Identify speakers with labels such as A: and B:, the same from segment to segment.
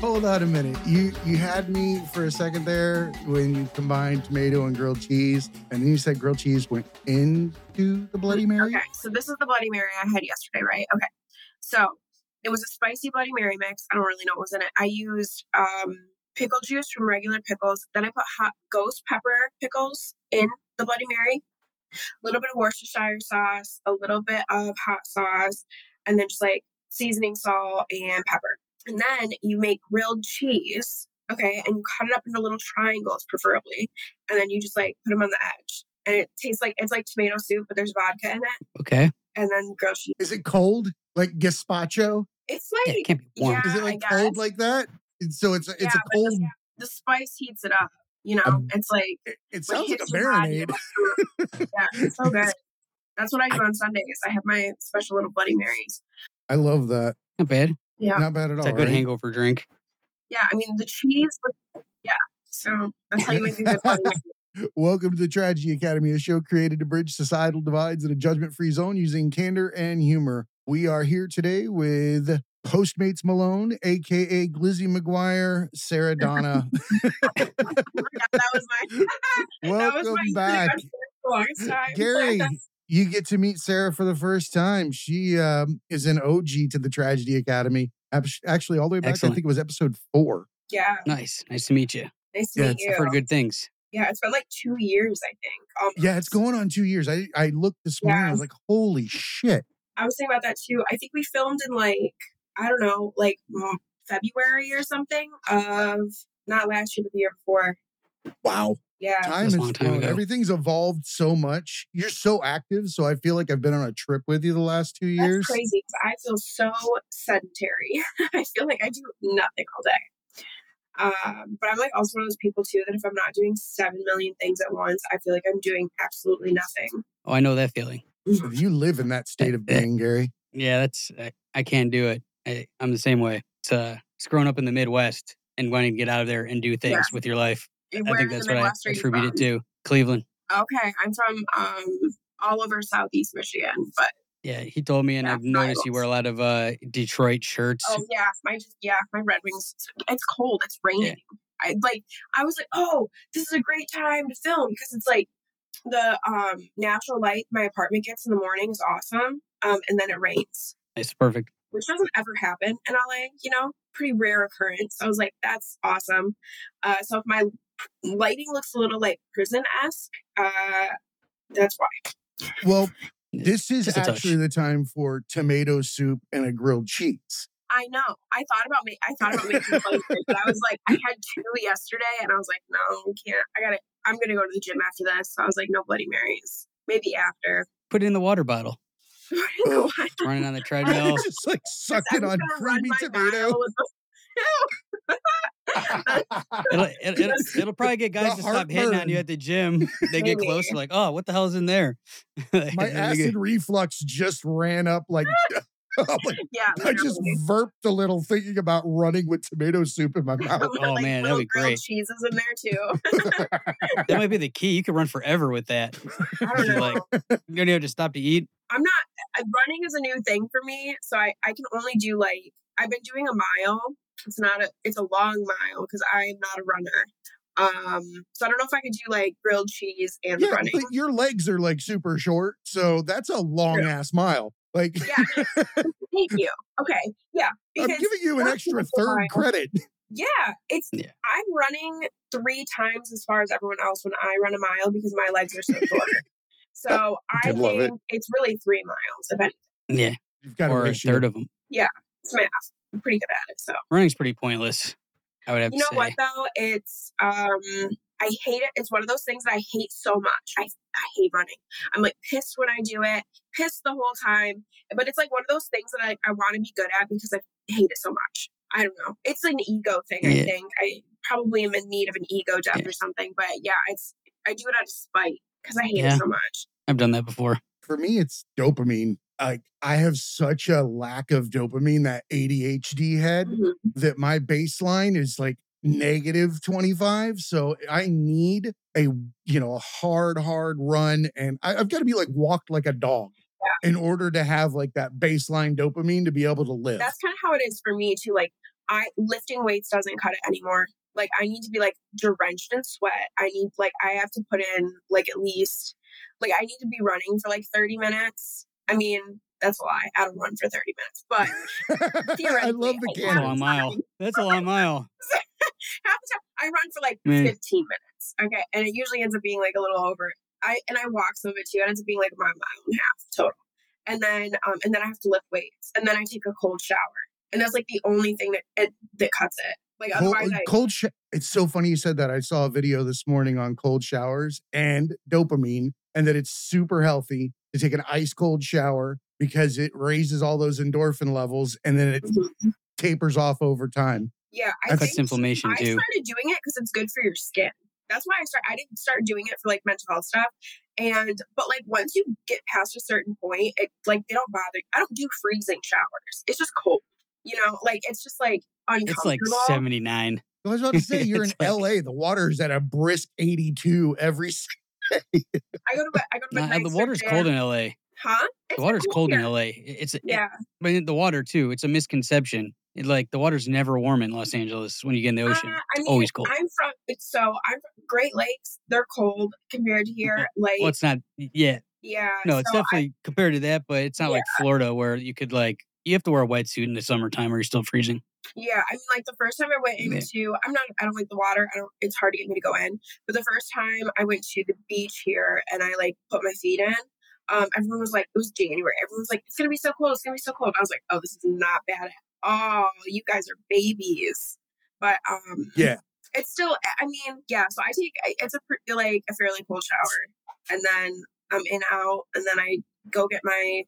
A: hold on a minute. You you had me for a second there when you combined tomato and grilled cheese, and then you said grilled cheese went into the Bloody Mary.
B: Okay, so this is the Bloody Mary I had yesterday, right? Okay, so it was a spicy Bloody Mary mix. I don't really know what was in it. I used um, pickle juice from regular pickles. Then I put hot ghost pepper pickles in the Bloody Mary. A little bit of Worcestershire sauce, a little bit of hot sauce, and then just like seasoning salt and pepper. And then you make grilled cheese, okay, and you cut it up into little triangles, preferably, and then you just like put them on the edge. And it tastes like it's like tomato soup, but there's vodka in it,
C: Okay.
B: and then grilled cheese.
A: Is it cold like gazpacho?
B: It's
C: Yeah,
B: like
C: it can't be warm.
B: Yeah,
A: Is it
B: I
A: like
B: guess.
A: cold like that? And So it's a, it's
B: Yeah,
A: a
B: but
A: cold.
B: this- the spice heats it up. You know,
A: Um,
B: it's like
A: It, it
B: when
A: sounds like
B: it
A: a
B: hits your body,
A: marinade.
B: it's- yeah, it's so good. That's what I do on Sundays. I have my special little Bloody Marys.
A: I love that.
C: Not bad.
B: Yeah,
A: Not bad at all.
C: It's a good
A: right?
C: hangover drink.
B: yeah. I mean, the cheese. with- Yeah. So that's how you make a good Bloody Mary.
A: Welcome to the Tragedy Academy, a show created to bridge societal divides in a judgment free zone using candor and humor. We are here today with Postmates Malone, aka Glizzy McGuire, Sarah Donna.
B: Yeah, that was my. that was
A: Welcome
B: my
A: back.
B: Longest time.
A: Gary, you get to meet Sarah for the first time. She um, is an OG to the Tragedy Academy. Ab- Actually, all the way back, I
C: Excellent.
A: think it was episode four.
B: yeah.
C: Nice. Nice to meet you.
B: Nice to
A: Yeah,
B: meet
A: it's
B: you.
C: I've heard good things.
B: Yeah, it's been like two years, I think. Almost.
A: Yeah, it's going on two years. I, I looked this morning. I was like, holy shit.
B: I was thinking about that too. I think we filmed in like I don't know, like mm, February or something of not last year, but the year before.
A: Wow.
B: Yeah,
A: time has
C: was a long time
A: flown.
C: ago.
A: Everything's evolved so much. You're so active, so I feel like I've been on a trip with you the last two years.
B: that's crazy. 'cause I feel so sedentary. I feel like I do nothing all day. Um, but I'm like also one of those people too that if I'm not doing seven million things at once, I feel like I'm doing absolutely nothing.
C: Oh, I know that feeling.
A: You live in that state of being, Gary.
C: Yeah, that's I, I can't do it. I, I'm the same way. It's uh, it's growing up in the Midwest and wanting to get out of there and do things
B: Yeah.
C: with your life.
B: And
C: I
B: where in
C: think
B: the
C: that's what I
B: Midwest are you
C: attribute it
B: from?
C: to. Cleveland.
B: Okay, I'm from um, all over Southeast Michigan, but
C: Yeah, he told me, and
B: Yeah,
C: I've noticed you
B: rivals.
C: wear a lot of uh, Detroit shirts.
B: Oh yeah, my yeah, my Red Wings. It's cold. It's raining. I like. I was like, oh, this is a great time to film because it's like the um, natural light my apartment gets in the morning is awesome, um, and then it rains,
C: It's perfect.
B: which doesn't ever happen in LA. You know, pretty rare occurrence. I was like, that's awesome. Uh, so if my lighting looks a little like prison esque, uh, that's why.
A: Well, this is
C: Just a touch.
A: actually the time for tomato soup and a grilled cheese.
B: I know. I thought about me. I thought about making plates, but I was like, I had two yesterday, and I was like, no, we can't. I gotta. I'm gonna go to the gym after this. So I was like, no Bloody Marys. Maybe after.
C: Put it in the water bottle.
A: Oh,
C: It's running on the treadmill.
A: just like suck
B: I'm
A: it on
B: gonna run
A: creamy
B: my
A: tomato.
B: mile with the-
C: it'll, it, it'll, it'll probably get guys
A: The
C: to stop hitting on
A: heartburn.
C: you at the gym. They get
B: Maybe.
C: closer, like, oh, what the hell's in there?
A: My acid reflux just ran up like. I'm like,
B: Yeah,
A: I just
B: literally.
A: verped a little thinking about running with tomato soup in my mouth.
B: Put,
C: Oh, man, that'd
B: little
C: be
B: grilled
C: great.
B: Cheeses in there too.
C: that might be the key. You could run forever with that.
B: I don't know.
C: Like- You don't even have to stop to eat.
B: I'm not I- running is a new thing for me, so I I can only do like I've been doing a mile. It's not a it's a long mile because I'm not a runner. Um, so I don't know if I could do like grilled cheese and
A: Yeah,
B: running.
A: but your legs are like super short, so that's a long ass mile. Like
B: Yeah. Thank you. Okay. Yeah.
A: I'm
B: Because
A: giving you an
B: that's
A: extra
B: just a
A: third
B: mile.
A: credit.
B: yeah, it's
C: Yeah.
B: I'm running three times as far as everyone else when I run a mile because my legs are so short. so I
A: Good love it.
B: think it's really three miles. If I,
C: Yeah,
A: You've got
C: or a
A: ratio.
C: third of them.
B: it's math. I'm pretty good at it. So
C: Running's pretty pointless. I would have
B: you know
C: to say.
B: what though? It's um I hate it. It's one of those things that I hate so much. I I hate running. I'm like pissed when I do it, pissed the whole time. But it's like one of those things that I, I want to be good at because I hate it so much. I don't know. It's an ego thing, I
C: Yeah.
B: think. I probably am in need of an ego death or something. But yeah, it's I do it out of spite because I hate
C: Yeah.
B: it so much.
C: I've done that before.
A: For me, it's dopamine. Like I have such a lack of dopamine that ADHD head
B: Mhm.
A: that my baseline is like negative 25. So I need a you know a hard hard run, and I, I've got to be like walked like a dog in order to have like that baseline dopamine to be able to live.
B: That's kind of how it is for me too. Like I lifting weights doesn't cut it anymore. Like I need to be like drenched in sweat. I need like I have to put in like at least like I need to be running for like 30 minutes. I mean, that's a lie. I don't run for 30 minutes, but
A: I love the
B: Theoretically,
C: That's a long
A: candle.
C: mile. That's a long mile.
B: half the time I run for like
C: Man.
B: 15 minutes. Okay. And it usually ends up being like a little over. I and I walk some of it too. It ends up being like about a mile and a half total. And then um and then I have to lift weights. And then I take a cold shower. And that's like the only thing that it, that cuts it. Like
A: Cold, uh,
B: otherwise I
A: cold sh- it's so funny you said that. I saw a video this morning on cold showers and dopamine, and that it's super healthy to take an ice cold shower because it raises all those endorphin levels and then it
B: Mhm.
A: tapers off over time.
B: yeah, I
A: That's
B: think
C: That's inflammation
B: I
C: too.
B: started doing it because it's good for your skin. That's why I start. I didn't start doing it for like mental health stuff, and but like once you get past a certain point, it like they don't bother. I don't do freezing showers. It's just cold, you know. Like it's just like uncomfortable.
C: It's like 79.
A: I was about to say, you're in
C: It's like-
A: LA, the water's at a brisk 82 every s-
B: I go to bed. I go to bed.
C: Nah, the
B: nights
C: water's
B: and-
C: cold in LA.
B: Huh? It's
C: The water's cold in
B: here.
C: LA. It- It's it-
B: Yeah,
C: but the water too. It's a misconception. It, like the water's never warm in Los Angeles when you get in the ocean.
B: Uh, I mean,
C: always cold.
B: I'm from it's so I'm from Great Lakes. They're cold compared to here. Like
C: well, it's not. Yeah,
B: yeah,
C: no, it's
B: so I-
C: definitely compared to that, but it's not like Florida where you could like you have to wear a wetsuit in the summertime or you're still freezing.
B: Yeah, I mean, like the first time I went
C: Yeah.
B: into, I'm not, I don't like the water. I don't. It's hard to get me to go in. But the first time I went to the beach here, and I like put my feet in. Um, everyone was like, it was January. Everyone was like, it's gonna be so cold. It's gonna be so cold. I was like, oh, this is not bad at all. You guys are babies. But um,
A: Yeah.
B: it's still. I mean, yeah. So I take I- it's a pre- like a fairly cold shower, and then I'm in out, and then I go get my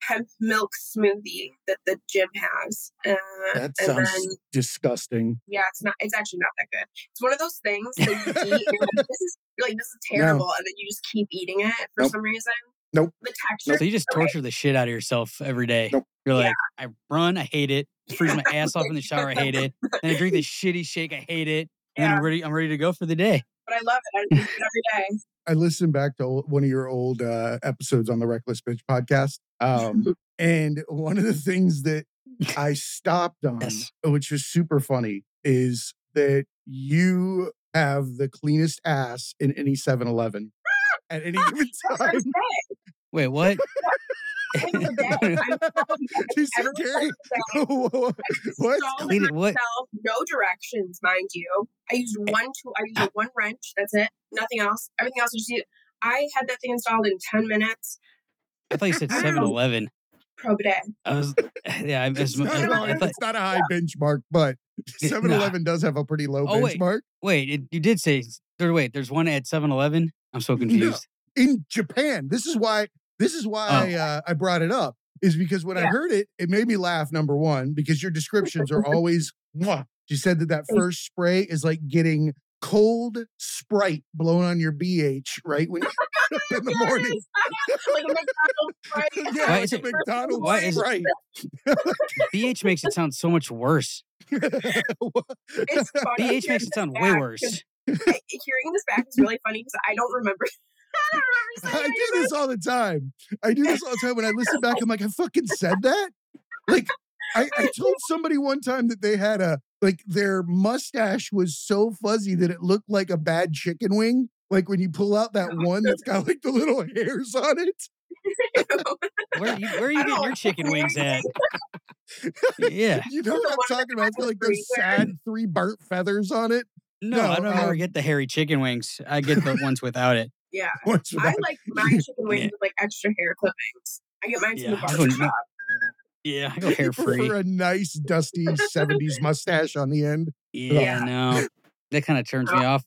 B: hemp milk smoothie that the gym has. Uh,
A: That
B: and
A: sounds-
B: then
A: disgusting.
B: yeah, it's not. It's actually not that good. It's one of those things that you eat. And you're like, this is you're like this is terrible, and then you just keep eating it for
A: Nope.
B: some reason.
A: Nope.
B: The texture.
C: So you just
B: Okay.
C: torture the shit out of yourself every day.
A: Nope.
C: You're
B: Yeah.
C: like, I run, I hate it. I freeze my ass off in the shower, I hate it. Then I drink this shitty shake, I hate it. And then
B: Yeah,
C: I'm ready. I'm ready to go for the day.
B: but I love it. I eat it every day.
A: I listened back to ol- one of your old uh, episodes on the Reckless Bitch podcast. Um, and one of the things that I stopped on,
C: Yes.
A: which was super funny, is that you have the cleanest ass in any 7 Eleven at any given time.
B: First day.
C: Wait, what?
B: End of the day. I'm
A: She said,
B: everyone's
A: "Gary,
B: like, "Wow."
A: what? What?
B: So
C: Clean it. What?
B: myself, no directions, mind you. I used
A: Eh.
B: one tool. I used one wrench. That's it. Nothing else. Everything else was just. I had that thing installed in ten minutes.
C: I thought you said 7-Eleven.
B: Probidet.
C: I was. Yeah, I,
A: It's
C: was,
A: not,
C: I,
A: an high-
C: thought.
A: it's not a high benchmark, but 7 Eleven does have a pretty low
C: Oh, wait.
A: benchmark.
C: Wait, it, you did say. There, wait, there's one at 7-Eleven. I'm so confused.
A: in Japan. This is why this
C: Oh.
A: is why uh, I brought it up is because when I
B: Yeah.
A: heard it, it made me laugh. Number one, because your descriptions are always. Mwah. She said that that
B: Thank-
A: first spray is like getting cold Sprite blown on your BH right when you get up in the morning.
B: like a McDonald's Sprite.
A: Yeah,
C: Why
A: like
C: is
A: a
C: it-
A: McDonald's
C: why is it-
A: Sprite.
C: BH makes it sound so much worse.
B: It's funny.
C: BH
B: hearing
C: makes it sound
B: this
C: way
B: back,
C: worse.
B: 'cause I- Hearing this back is really funny because I don't remember. I don't remember
A: I
B: saying
A: do this all the time. I do this all the time. When I listen back, I'm like, I fucking said that. Like, I, I told somebody one time that they had a like their mustache was so fuzzy that it looked like a bad chicken wing. Like when you pull out that
C: Oh.
A: one that's got like the little hairs on it.
B: anything.
C: Where, you, where
B: I
C: are you
B: don't
C: getting your chicken wings at? Yeah.
A: You know what I'm talking about? It's got like those sad three burnt feathers on it.
C: No,
A: No,
C: I don't ever
A: um,
C: get the hairy chicken wings. I get the ones without it.
B: yeah,
A: What's
B: I
A: that?
B: like my chicken wings
C: Yeah.
B: with like extra hair clippings. I get mine from
C: Yeah, Oh, I
B: the barber
C: wouldn't-
B: shop.
C: Yeah, I go hair
A: You
C: free.
A: prefer a nice dusty 70s mustache on the end.
C: Yeah, no. That kind of turns me off.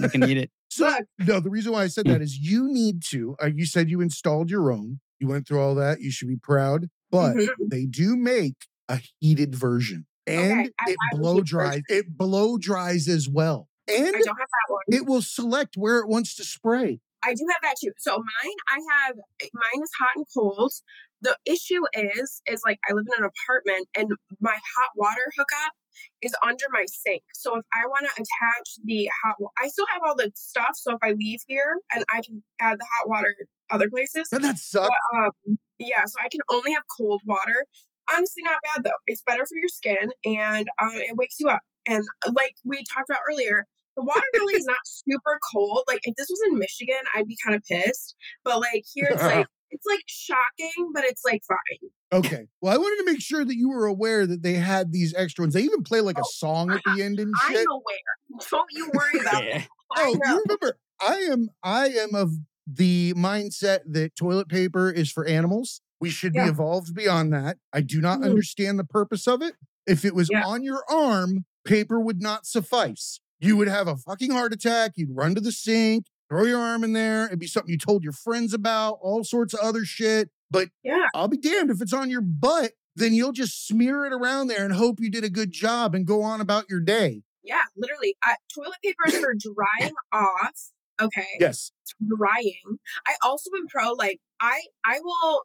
C: I can eat it.
A: So
B: Look.
A: no, the reason why I said that is you need to. Uh, you said you installed your own. You went through all that. You should be proud. But
B: Mhm.
A: they do make a heated version, and
B: Okay, I-
A: it
B: I will
A: blow
B: heat version.
A: dries. It blow dries as well,
B: I
A: and
B: don't have that one.
A: it will select where it wants to spray.
B: I do have that too. So mine, I have eh, mine is hot and cold. The issue is, is like I live in an apartment and my hot water hookup is under my sink. So if I want to attach the hot, wa- I still have all the stuff. So if I leave here and I can add the hot water other places,
A: Doesn't that suck?
B: but, um, yeah, so I can only have cold water. honestly not bad though. It's better for your skin and um, it wakes you up. And uh, like we talked about earlier, the water really is not super cold. Like if this was in Michigan, I'd be kind of pissed. But like here, it's like it's like shocking, but it's like fine.
A: Okay. Well, I wanted to make sure that you were aware that they had these extra ones. They even play like a
B: Oh,
A: song at the end and
B: I'm
A: shit.
B: aware. Don't you worry about it.
C: Yeah.
B: I
A: Oh,
B: know.
A: you remember? I am. I am of the mindset that toilet paper is for animals. We should
B: Yeah.
A: be evolved beyond that. I do not
B: Mhm.
A: understand the purpose of it. If it was
B: Yeah.
A: on your arm, paper would not suffice. You would have a fucking heart attack. You'd run to the sink, throw your arm in there. It'd be something you told your friends about, all sorts of other shit. But
B: Yeah.
A: I'll be damned if it's on your butt, then you'll just smear it around there and hope you did a good job and go on about your day.
B: Yeah, literally. Uh, toilet paper is for drying off. Okay.
A: Yes.
B: It's drying. I also am pro like I I will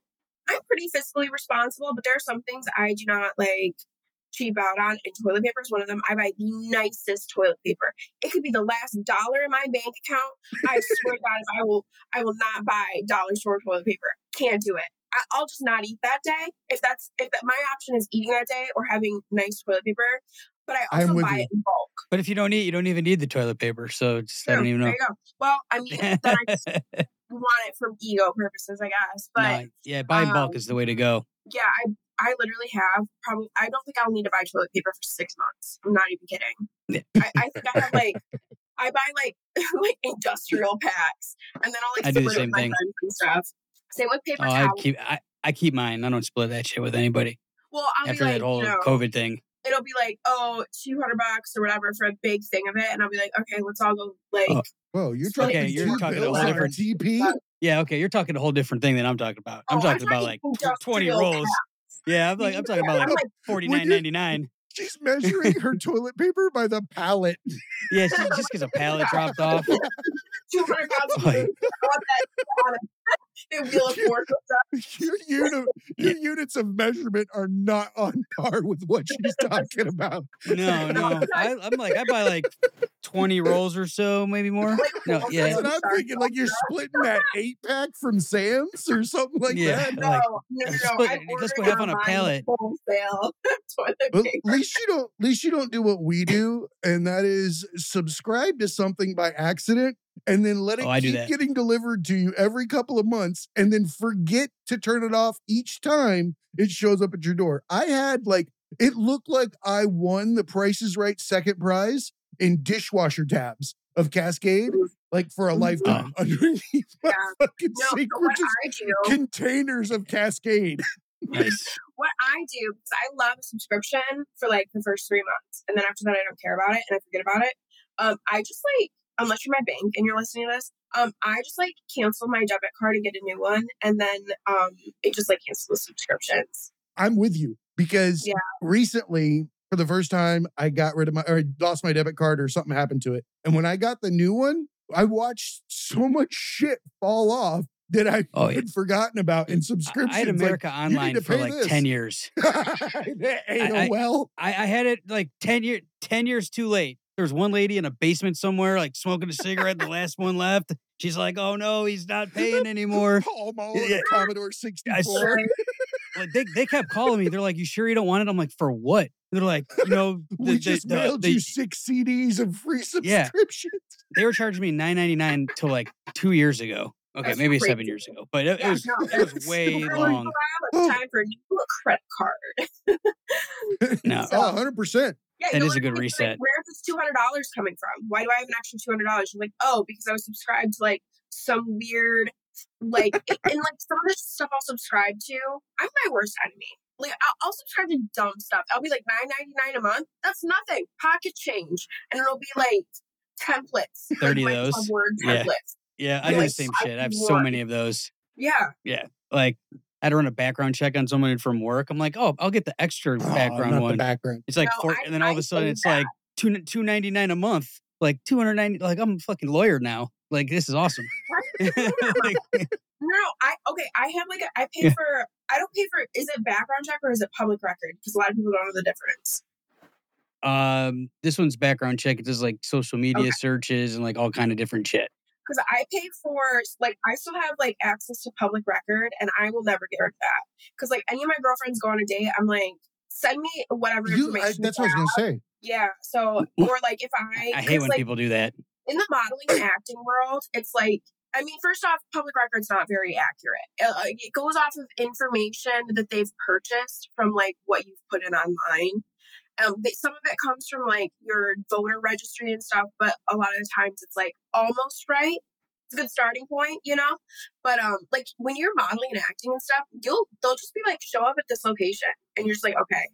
B: I'm pretty fiscally responsible, but there are some things I do not like cheap out on and toilet paper is one of them. I buy the nicest toilet paper. It could be the last dollar in my bank account. I swear to God if I will I will not buy dollar store toilet paper. Can't do it. I, I'll just not eat that day. If that's if that my option is eating that day or having nice toilet paper. But I
A: I'm
B: also
A: with
B: buy
A: you.
B: it in bulk.
C: But if you don't eat, you don't even need the toilet paper. So just, I
B: True.
C: don't even
B: There
C: know.
B: you go. Well, I mean, then I just want it for ego purposes, I guess. But
C: No, yeah, buy in bulk
B: um,
C: is the way to go.
B: yeah, I I literally have probably I don't think I'll need to buy toilet paper for six months. I'm not even kidding.
C: Yeah.
B: I, I think I have like I buy like like industrial packs, and then I'll like
C: I do
B: split
C: the
B: it with
C: same
B: my
C: thing.
B: friends and stuff. Same with paper
C: Oh, I
B: towels.
C: keep I, I keep mine. I don't split that shit with anybody.
B: well, I'll
C: After
B: be like,
C: that whole
B: you know,
C: COVID thing,
B: it'll be like, oh, 200 bucks or whatever for a big thing of it, and I'll be like, okay, let's all go like.
C: Oh.
A: Whoa, you're
B: Okay,
A: talking
B: you're
A: two
B: talking a
A: bills
B: whole
A: on
C: different-
A: TP?
C: yeah, okay, you're talking a whole different thing than I'm talking about. I'm
B: Oh, I'm
C: talking about like
B: talking
C: tw- twenty
B: industrial
C: rolls. Yeah, I'm like I'm talking about
B: I'm
C: like
B: like,
C: forty nine ninety nine.
A: She's measuring her toilet paper by the pallet.
C: Yeah, she, just because a pallet dropped off.
B: 200 pounds of
C: Like-
B: food. I want that on a the wheel of fork goes up.
A: Your, uni- your units of measurement are not on par with what she's talking about.
C: No, no, I, I'm like I buy like twenty rolls or so, maybe more. No,
B: Like,
C: yeah,
A: That's what I'm thinking. Like you're splitting that eight pack from Sam's or something like
C: yeah.
A: that.
B: No,
C: Like,
B: no, no,
C: let's
B: no.
C: put-
B: I'm
C: let's
B: ordering
C: put half on a
B: online
C: pallet.
B: Wholesale toilet
A: But
B: paper.
A: at least you don't at least you don't do what we do, and that is subscribe to something by accident and then let it
C: Oh, I do
A: keep
C: that.
A: getting delivered to you every couple of months and then forget to turn it off each time it shows up at your door. I had like it looked like I won the prices right second prize in dishwasher tabs of Cascade, like for a lifetime underneath my
B: Yeah.
A: fucking
B: No, but
A: sacred
B: what
A: just
B: I do,
A: containers of Cascade.
C: nice.
B: what I do, because I love subscription for like the first three months, and then after that, I don't care about it and I forget about it. Um, I just like, unless you're my bank and you're listening to this, um, I just like cancel my debit card and get a new one, and then um, it just like cancels the subscriptions.
A: I'm with you because
B: Yeah.
A: recently, for the first time, I got rid of my or I lost my debit card or something happened to it. And when I got the new one, I watched so much shit fall off that I
C: Oh, yeah.
A: had forgotten about in
C: I,
A: subscriptions.
C: I had
A: like,
C: America
A: need
C: Online
A: to
C: for
A: pay
C: like
A: this.
C: ten years. I-
A: AOL.
C: I, I had it like 10 year 10 years too late. There was one lady in a basement somewhere, like smoking a cigarette, the last one left. She's like, oh no, he's not paying anymore.
A: Paul Mall and
C: Yeah.
A: a Commodore 64.
C: swear. Like, they, they kept calling me. They're like, you sure you don't want it? I'm like, for what? they're like, you know,
A: we
C: the- the-
A: just
C: the-
A: mailed
C: they,
A: you six CDs of free
C: Yeah.
A: subscriptions.
C: they were charging me 9.99 till like two years ago. Okay,
B: That's
C: maybe seven
B: crazy.
C: years ago, but it, it
B: Yeah,
C: was
B: no,
C: it was way
B: We're like,
C: long.
B: "Well, it's time for a new credit card.
C: No,
A: Oh, 100%.
B: Yeah,
C: That
B: you're
C: is a good
B: literally just like,
C: reset.
B: Where is this two hundred dollars coming from? Why do I have an extra two hundred dollars? You're like, oh, because I was subscribed to like some weird, like, and and, like some of this stuff I'll subscribe to. I'm my worst enemy. Like, I'll, I'll subscribe to dumb stuff. I'll be like nine ninety nine a month. That's nothing. Pocket change, and it'll be like templates, like,
C: 30 of
B: Microsoft
C: those.
B: Word
C: Yeah.
B: templates.
C: yeah,
B: you're
C: I do the
B: like,
C: same
B: I
C: shit. I have
B: need
C: so
B: one.
C: many of those.
B: Yeah,
C: Like, I had to run a background check on someone from work. I'm like, oh, I'll get the extra
A: Oh,
C: background
A: not the
C: one.
A: background.
C: It's like
B: No,
C: four,
B: I-
C: and then all of
B: I
C: a sudden
B: hate
C: it's like two two ninety nine a month, like two hundred ninety. Like I'm a fucking lawyer now. Like this is awesome. Like,
B: no, no, I okay. I have like a, I pay
C: Yeah.
B: for. I don't pay for. Is it background check or is it public record? Because a lot of people don't know the difference.
C: um, this one's background check. It does like social media
B: Okay.
C: searches and like all kind of different shit.
B: because I pay for like I still have like access to public record, and I will never get rid of that. Because like any of my girlfriends go on a date, I'm like, send me whatever
A: You, I,
B: information.
A: that's
B: you
A: what I was
B: have."
A: gonna say.
B: Yeah. So or like if I,
C: I
B: 'cause,
C: hate when
B: like,
C: people do that.
B: in the modeling and acting world, it's like, I mean, first off, public record's not very accurate. Uh, It goes off of information that they've purchased from like what you've put in online. Um, they, some of it comes from like your voter registry and stuff, but a lot of the times it's like almost right. It's a good starting point, you know. But um, like when you're modeling and acting and stuff, you'll they'll just be like, show up at this location, and you're just like, okay.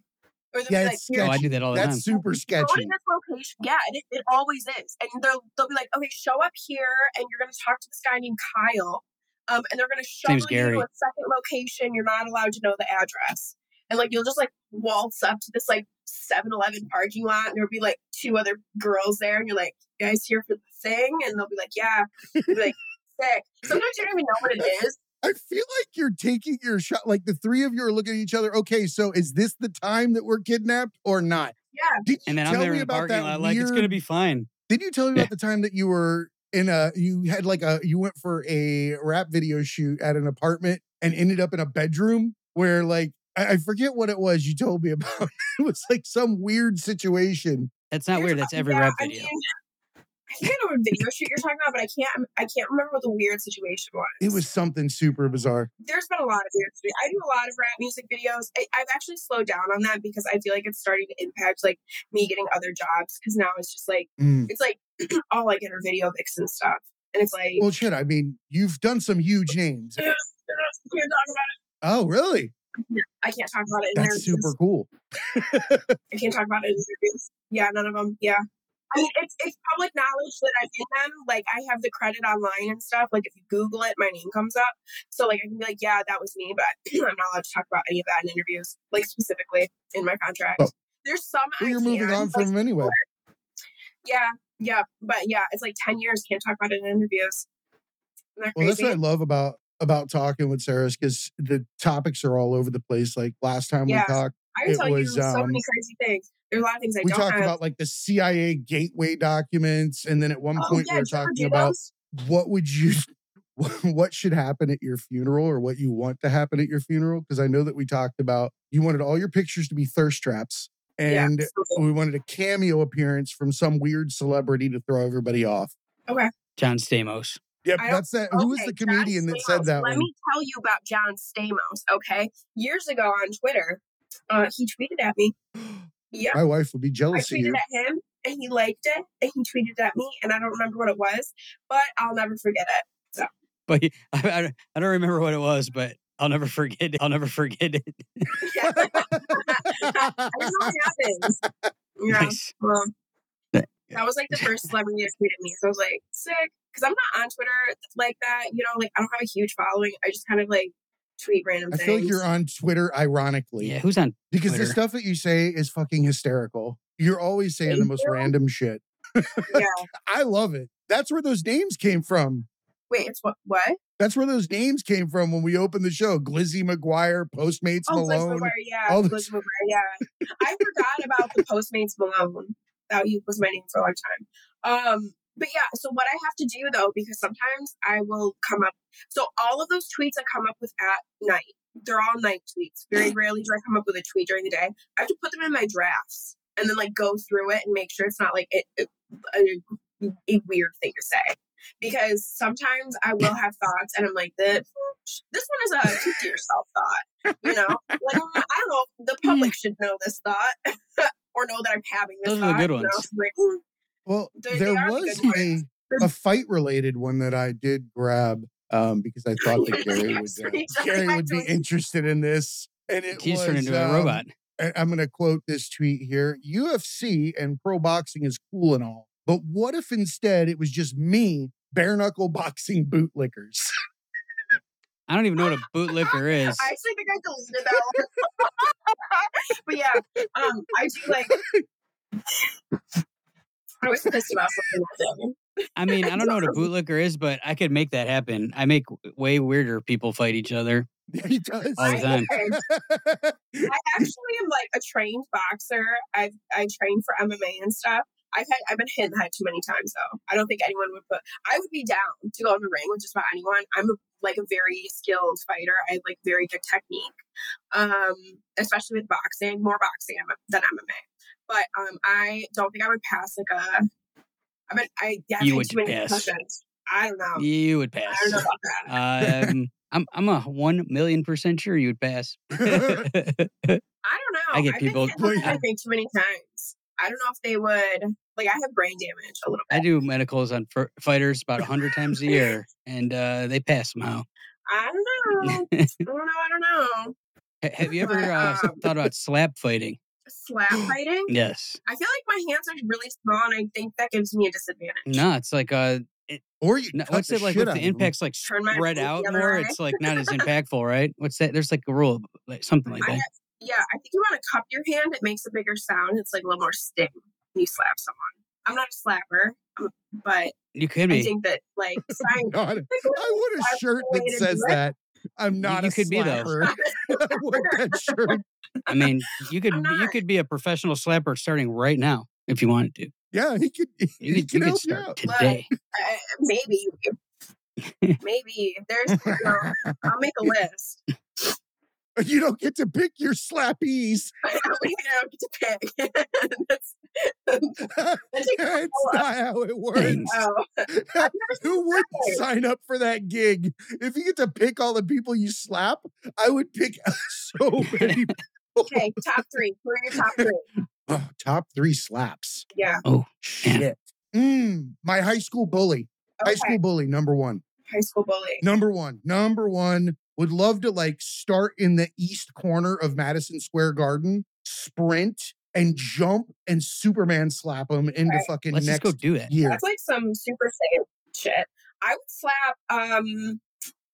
B: Or they'll
A: Yeah,
B: be like,
A: it's
B: "Here,
C: Oh, I
A: Sketchy.
C: do that all the
A: That's
C: time.
A: super
B: Go
A: sketchy.
B: to this location. Yeah, it, it always is. And they'll, they'll be like, okay, show up here, and you're going to talk to this guy named Kyle. Um, and they're going to show
C: name's
B: you
C: Gary.
B: a second location. You're not allowed to know the address. And like, you'll just like waltz up to this like 7 Eleven parking lot, and there'll be like two other girls there. And you're like, you guys here for the thing? And they'll be like, yeah. You'll be like, sick. Sometimes you don't even know what it is.
A: I feel like you're taking your shot. Like the three of you are looking at each other. Okay, so is this the time that we're kidnapped or not?
B: Yeah.
A: Did you
C: And then I'm
A: tell
C: there
A: me
C: in the
A: about
C: parking
A: that
C: lot, like it's gonna
A: weird-
C: be fine.
A: Did you tell me about the time that you were in a? You had like a. You went for a rap video shoot at an apartment and ended up in a bedroom where like I, I forget what it was. You told me about. it was like some weird situation.
C: That's not
B: Here's-
C: weird. That's every
B: yeah,
C: rap
B: I
C: video.
B: mean, I think I know what video shoot you're talking about, but I can't. I can't remember what the weird situation was.
A: It was something super bizarre.
B: there's been a lot of weird stuff. I do a lot of rap music videos. I, I've actually slowed down on that because I feel like it's starting to impact like me getting other jobs because now it's just like
A: Mm.
B: it's like all I get are video vixen stuff, and it's like
A: Well, shit. I mean, you've done some huge names.
B: I can't talk about
A: Oh, really?
B: it. I can't talk about it. In
A: That's
B: interviews.
A: super cool.
B: I can't talk about it in interviews. Yeah, none of them. Yeah. I mean, it's, it's public knowledge that I'm in them. Like, I have the credit online and stuff. Like, if you Google it, my name comes up. So, like, I can be like, yeah, that was me, but I'm not allowed to talk about any of that in interviews, like, specifically in my contract.
A: Oh.
B: There's some.
A: Well,
B: I
A: you're moving
B: can,
A: on
B: like,
A: from them anyway.
B: yeah, yeah. But yeah, it's like 10 years. Can't talk about it in interviews. Isn't that
A: Well, that's
B: crazy?
A: what I love about about talking with Sarah because the topics are all over the place. Like last time
B: Yeah.
A: we talked,
B: I can
A: it
B: tell
A: was,
B: you so
A: um,
B: many crazy things. There are a lot of things I
A: we
B: don't
A: talked
B: have.
A: about like the CIA gateway documents, and then at one
B: Oh,
A: point
B: yeah,
A: we were
B: did you ever
A: talking
B: do
A: about
B: those?
A: what would you, what should happen at your funeral, or what you want to happen at your funeral. Because I know that we talked about you wanted all your pictures to be thirst traps,
B: Yeah,
A: and
B: so-
A: we wanted a cameo appearance from some weird celebrity to throw everybody off.
C: John Stamos.
A: Yep,
B: I don't-
A: that's that. Who was
B: Okay,
A: the
B: John
A: comedian that said
B: Stamos.
A: that
B: Let
A: one?
B: me tell you about John Stamos. Okay, years ago on Twitter, uh, he tweeted at me. Yeah,
A: My wife would be
B: I
A: jealous of
B: tweeted
A: you.
B: at him, and he liked it, and he tweeted at me, and I don't remember what it was, but I'll never forget it.
C: But he- I, I, I don't remember what it was, but I'll never forget it. I'll never forget it.
B: Yeah, I don't know what happens. Yeah,
C: Nice.
B: well,
C: That-
B: that was like the first celebrity that tweeted me, so I was like, sick, because I'm not on Twitter like that. You know, like I don't have a huge following. I just kind of like tweet random
A: I
B: things.
A: feel like you're on Twitter, ironically,
C: Yeah, who's on?
A: because the
C: Twitter.
A: stuff that you say is fucking hysterical. You're always saying the
B: Thank
A: most
B: you.
A: random shit.
B: yeah.
A: I love it. That's where those names came from.
B: Wait, it's what? What?
A: That's where those names came from when we opened the show. Glizzy McGuire, Postmates
B: Oh, Liz
A: Malone.
B: McGuire, yeah.
A: all
B: Liz McGuire, yeah. I forgot about the Postmates Malone. That he was my name for a long time. Um, but yeah, so what I have to do though, because sometimes I will come up. So all of those tweets I come up with at night. They're all night tweets. Very rarely do I come up with a tweet during the day. I have to put them in my drafts and then like go through it and make sure it's not like it, it- a, a weird thing to say. Because sometimes I will have thoughts and I'm like, this, this one is a keep to yourself thought you know like I'm not- i don't know the public should know this thought or know that i'm having this
C: Mm. Those are
B: thought
C: the
B: you know?
C: good ones.
B: Like, mm,
A: Well,
B: They- they
A: there
B: are the
A: was
B: good
A: a,
B: ones.
A: a fight related one that I did grab um, because I thought that Gary would,
B: Sorry,
A: uh,
B: sorry,
A: Gary
B: I
A: would be
B: don't-
A: interested in this. And it
C: He's
A: was,
C: turned into a
A: um,
C: robot.
A: I- I'm going to quote this tweet here UFC and pro boxing is cool and all, but what if instead it was just me, bare knuckle boxing bootlickers?
C: I don't even know what a bootlicker is.
B: i actually think i deleted that one but yeah um i do like i was pissed about something like that.
C: I mean, I don't know what a bootlicker is, but I could make that happen. I make w- way weirder people fight each other
A: he does.
C: all the time.
B: Okay. I actually am like a trained boxer. I I trained for MMA and stuff. I've had I've been hit in the head too many times though. I don't think anyone would put. I would be down to go in the ring with just about anyone. I'm a, like a very skilled fighter. I have like very good technique, um, especially with boxing. More boxing than MMA, but um, I don't think I would pass like a. I mean, I yeah, I've
C: You
B: had
C: would
B: too many
C: pass.
B: concussions. I don't know.
C: You would pass.
B: Oh, I don't know about that.
C: um, I'm I'm a one million percent sure you would pass.
B: I don't know.
C: I get
B: have
C: people-
B: Been hit in the head,
C: Yeah.
B: I think too many times. I don't know if they would. Like I have brain damage a little bit.
C: I do medicals on f- fighters about hundred times a year, and uh, they pass somehow.
B: I don't know. I don't know. I don't know.
C: Ha- Have you ever
B: But,
C: uh,
B: um,
C: thought about slap fighting?
B: Slap fighting.
C: Yes.
B: I feel like my hands are really small, and I think that gives me a disadvantage.
C: No, it's like uh,
A: or you.
C: no,
A: cut
C: what's
A: the
C: it like?
A: shit
C: With
A: out
C: the
A: of 'em.
C: impacts like
B: Turn my
C: spread
B: foot the
C: out
B: other
C: more,
B: way.
C: it's like not as impactful, right? What's that? There's like a rule, like something like
B: I
C: that.
B: Yeah, I think you want to cup your hand. It makes a bigger sound. It's like a little more sting when you slap someone. I'm not a slapper, um, but
C: You could
B: I
C: be.
B: think that like science.
A: Not a- I want a shirt that says that. I'm not
C: You
A: a
C: could be, though.
A: slapper. I want that shirt.
C: I mean, you could
B: I'm
C: you
B: not.
C: could be a professional slapper starting right now if you wanted to.
A: Yeah, he could. He,
C: You could,
A: can
C: you could
A: help you
C: start
A: out.
B: Well,
C: today.
B: Uh, maybe, maybe there's. You know, I'll make a list.
A: you don't get to pick your slappies.
B: I don't get to pick. That's, that takes a
A: It's
B: whole
A: not how it works.
B: Oh,
A: Who
B: that.
A: wouldn't sign up for that gig? If you get to pick all the people you slap, I would pick so many.
B: okay, top three. Who are your top three?
A: Oh, top three slaps.
B: Yeah.
A: Shit. Mm, my high school bully. High
B: Okay.
A: school bully, number one.
B: High school bully.
A: Number one. Number one. Would love to like start in the east corner of Madison Square Garden, sprint and jump and Superman slap him into
B: Right.
A: fucking
C: Let's just
A: next
C: go do it.
A: year.
B: That's like some super saiyan shit. I would slap um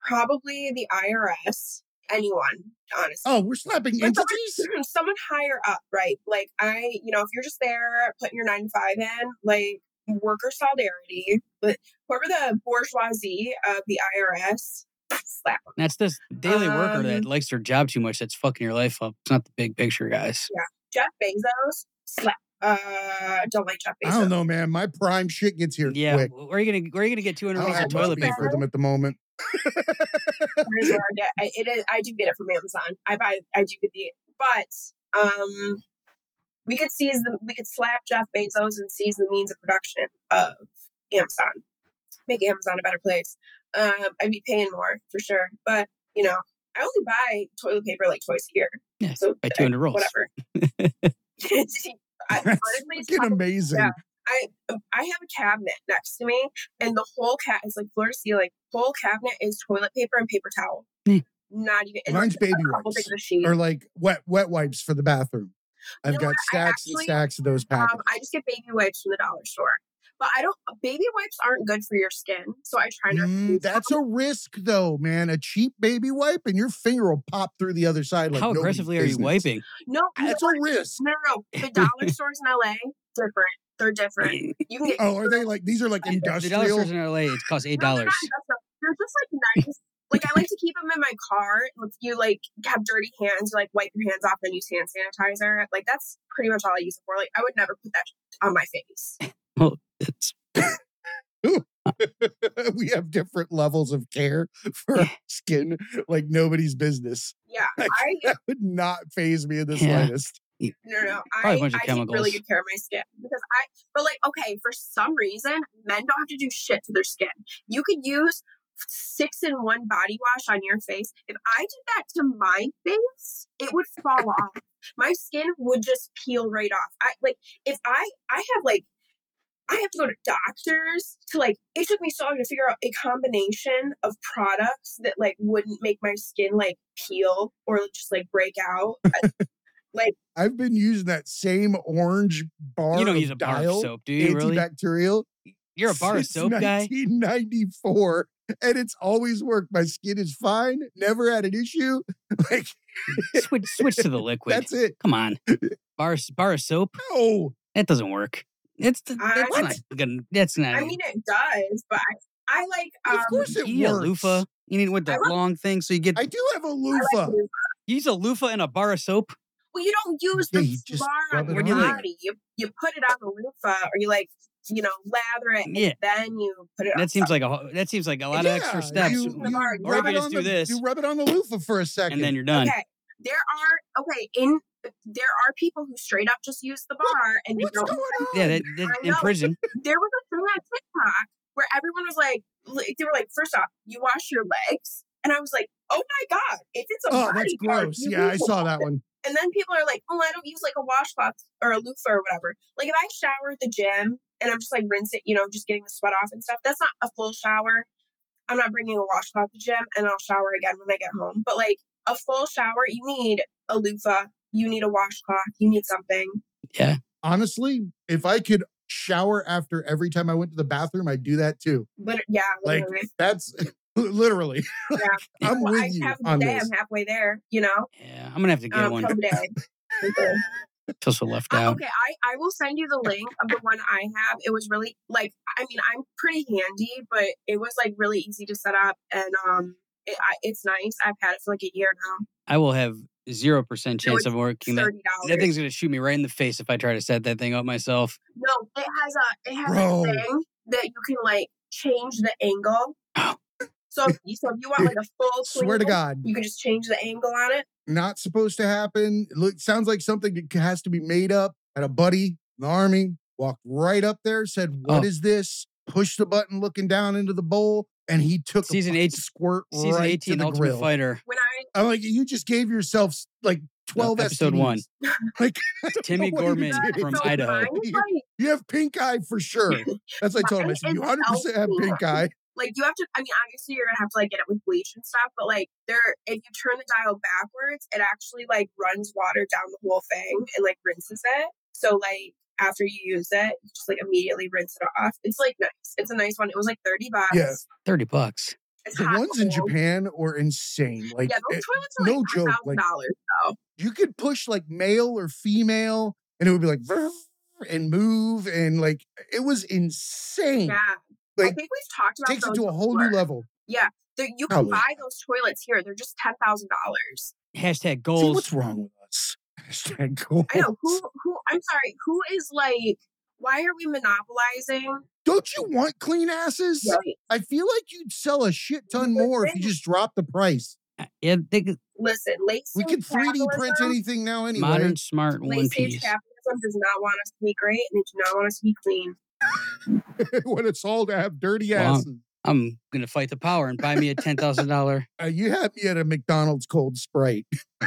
B: probably the IRS. Anyone, honestly.
A: Oh, we're slapping
B: But
A: entities?
B: someone, someone higher up, right? Like I, you know, if you're just there putting your nine to five in, like worker solidarity, but whoever the bourgeoisie of the IRS, slap 'em.
C: That's this daily worker that
B: Um,
C: likes their job too much. That's fucking your life up. It's not the big picture, guys.
B: Jeff Bezos, slap. Uh, don't like Jeff Bezos.
A: I don't know, man. My prime shit gets here
C: Yeah,
A: quick.
C: where are you gonna where are you gonna get two
A: I
C: hundred
A: don't
C: rolls of
A: have much
C: toilet
A: money
C: paper?
A: for them at the moment.
B: Here's where I get- I- it is, I do get it from Amazon. I buy, I do get the, but um, we could seize the, we could slap Jeff Bezos and seize the means of production of Amazon, make Amazon a better place. Um, I'd be paying more for sure, but you know, I only buy toilet paper like twice a year.
C: Yeah,
B: so
C: By
B: uh,
C: two hundred rolls.
B: whatever. I,
A: That's
B: honestly, it's
A: fucking
B: probably-
A: amazing.
B: yeah. I I have a cabinet next to me, and the whole cat is like floor to ceiling. Whole cabinet is toilet paper and paper towel.
C: Hmm.
B: Not even and
A: Mine's baby
B: a couple
A: wipes.
B: things of sheets.
A: Or like wet wet wipes for the bathroom. I've
B: know
A: got
B: what? I
A: stacks and
B: actually-
A: stacks of those
B: Um,
A: packets.
B: I just get baby wipes from the dollar store, but I don't. Baby wipes aren't good for your skin, so I try not.
A: Mm,
B: to use
A: that's a risk though, man. A cheap baby wipe and your finger will pop through the other side like
C: How
A: nobody's
C: aggressively are you
A: business.
C: wiping?
B: them. No, no,
A: That's a risk.
B: no, no, no. The dollar stores in LA different. They're different. You can get.
A: Oh, are they like these are like
C: The dollar
A: industrial?
C: stores in LA it costs eight
B: No, they're not
C: dollars.
B: industrial. They're just like nice. like I like to keep them in my car. If you like have dirty hands, you like wipe your hands off and use hand sanitizer. Like that's pretty much all I use it for. Like I would never put that on my face.
C: It's
A: we have different levels of care for our skin, like nobody's business.
B: Yeah, I
A: That would not phase me in the
C: Yeah.
A: slightest.
B: no no.
C: Probably
B: I,
C: a bunch of
B: I take really
C: chemicals.
B: good care of my skin because I. But like okay, for some reason, men don't have to do shit to their skin. You could use six in one body wash on your face. If I did that to my face, it would fall off. My skin would just peel right off. I like if I I have like I have to go to doctors to like it took me so long to figure out a combination of products that like wouldn't make my skin like peel or just like break out.
A: I've been using that same orange bar.
C: you don't
A: of
C: use a bar
A: dial,
C: of soap, do you? Really?
A: Antibacterial.
C: You're a bar of
A: since
C: soap guy.
A: 1994, and it's always worked. My skin is fine. Never had an issue. Like
C: Switch switch to the liquid.
A: that's it.
C: Come on, bar of- bar of soap.
A: Oh,
C: That doesn't work. That's that's
B: I-
C: not good. That's not.
B: I mean it does, but I, I like
A: of
B: um
A: course it
C: you need a
A: works.
C: loofah. You need with
B: I
C: the
B: love-
C: long thing so you get.
A: I do have a
B: I
A: loofah.
B: like
C: you use a loofah and a bar of soap.
B: Well, you don't use the
A: Yeah, you just
B: flour on
A: rub it
B: your
C: on. Regulate.
B: body. You you put it on the loofah, or you like you know lather
A: Mm.
B: it, and
C: Yeah.
B: then you put it. on
C: That seems
B: top.
C: like a ho- that seems like a lot of
A: Yeah,
C: extra steps,
A: You,
B: Or
A: you
B: if
A: rub
C: you
A: it
C: just
A: on
C: do
A: the,
C: this.
A: You rub it on the loofah for a second.
C: and then you're done.
B: okay. There are okay in there are people who straight up just use the bar and they
A: What's
B: don't.
A: going on?
C: Yeah, that, that-
B: um, I
C: in
B: know.
C: prison.
B: There was a thing on TikTok where everyone was like, li- they were like, first off, you wash your legs, and I was like, oh my god, if it's a
A: oh, that's
B: body part,
A: gross.
B: you
A: Yeah, I
B: use a
A: saw that one.
B: And then people are like, oh, I don't use like a washcloth or a loofah or whatever. Like if I shower at the gym and I'm just like rinse it, you know, just getting the sweat off and stuff, that's not a full shower. I'm not bringing a washcloth to the gym and I'll shower again when I get home. But like a full shower, you need a loofah, you need a washcloth, you need something.
A: Honestly, if I could shower after every time I went to the bathroom, I'd do that too.
B: But yeah,
A: Like
B: literally.
A: that's literally. Like, I'm
B: Well,
A: with
B: I
A: you
B: have
A: on
B: the day,
A: this.
B: I'm halfway there, you know?
C: Yeah, I'm gonna have to get
B: Um,
C: one.
B: come day. Okay.
C: Feel so left
B: Uh,
C: out.
B: okay, I, I will send you the link of the one I have. It was really like I mean I'm pretty handy, but it was like really easy to set up and um it, I, it's nice. I've had it for like a year now.
C: I will have zero percent chance
B: it's
C: of working that.
B: Thirty
C: That
B: dollars.
C: thing's gonna shoot me right in the face if I try to set that thing up myself.
B: No, it has a it has
A: Bro.
B: a thing that you can like change the angle.
C: Oh.
B: so if you so if you want like a full
A: Swear to
B: swing,
A: God,
B: you can just change the angle on it.
A: not supposed to happen. Look, sounds like something that has to be made up. Had a buddy in the army walked right up there, said, "What
C: Oh.
A: is this?" Pushed the button, looking down into the bowl, and he took
C: Season
A: a fucking
C: eight-
A: squirt
C: Season
A: right
C: 18
A: to the
C: Ultimate
A: grill.
C: Fighter.
B: When I
A: I'm like, you just gave yourself s- like twelve
C: episode
A: STDs.
C: one.
A: Like
C: Timmy
A: what do you
C: Gorman
A: do?
C: from
B: so
C: Idaho.
B: mine was, like,
A: you have pink eye for sure. That's what I told him. I
B: Mine
A: said, you
B: is
A: 100 percent have pink eye.
B: like you have to i mean obviously you're gonna have to like get it with bleach and stuff but like there if you turn the dial backwards it actually like runs water down the whole thing and like rinses it so like after you use it you just like immediately rinse it off it's like nice it's a nice one it was like 30 bucks
A: Yeah.
C: Thirty bucks.
B: it's
A: The
B: hot
A: ones in
B: cold.
A: Japan were insane. Like
B: yeah those
A: it-
B: toilets are like
A: no joke, like-
B: dollars
A: you could push like male or female, and it would be like "Vroom," and move, and like it was insane.
B: yeah i
A: Like,
B: think we've talked about
A: Takes it
B: those
A: to a whole new
B: before.
A: level.
B: There- you can
A: Probably.
B: buy those toilets here they're just ten thousand dollars
C: Hashtag
A: See
C: goals.
A: what's wrong with us? Hashtag goals.
B: I know who who I'm sorry, who is like why are we monopolizing?
A: Don't you want clean asses?
B: Right.
A: I feel like you'd sell a shit ton more if you just dropped the price.
C: uh, Yeah, they,
B: Listen, late
A: We
B: stage
A: could 3D print
B: capitalism-
A: anything now anyway.
C: modern smart one
B: Late stage
C: piece.
B: capitalism does not want us to be great and they do not want us to be clean.
A: when it's all to have dirty
C: Wow.
A: asses.
C: I'm gonna fight the power and buy me a ten thousand dollar.
A: Uh, you had me at a McDonald's cold Sprite.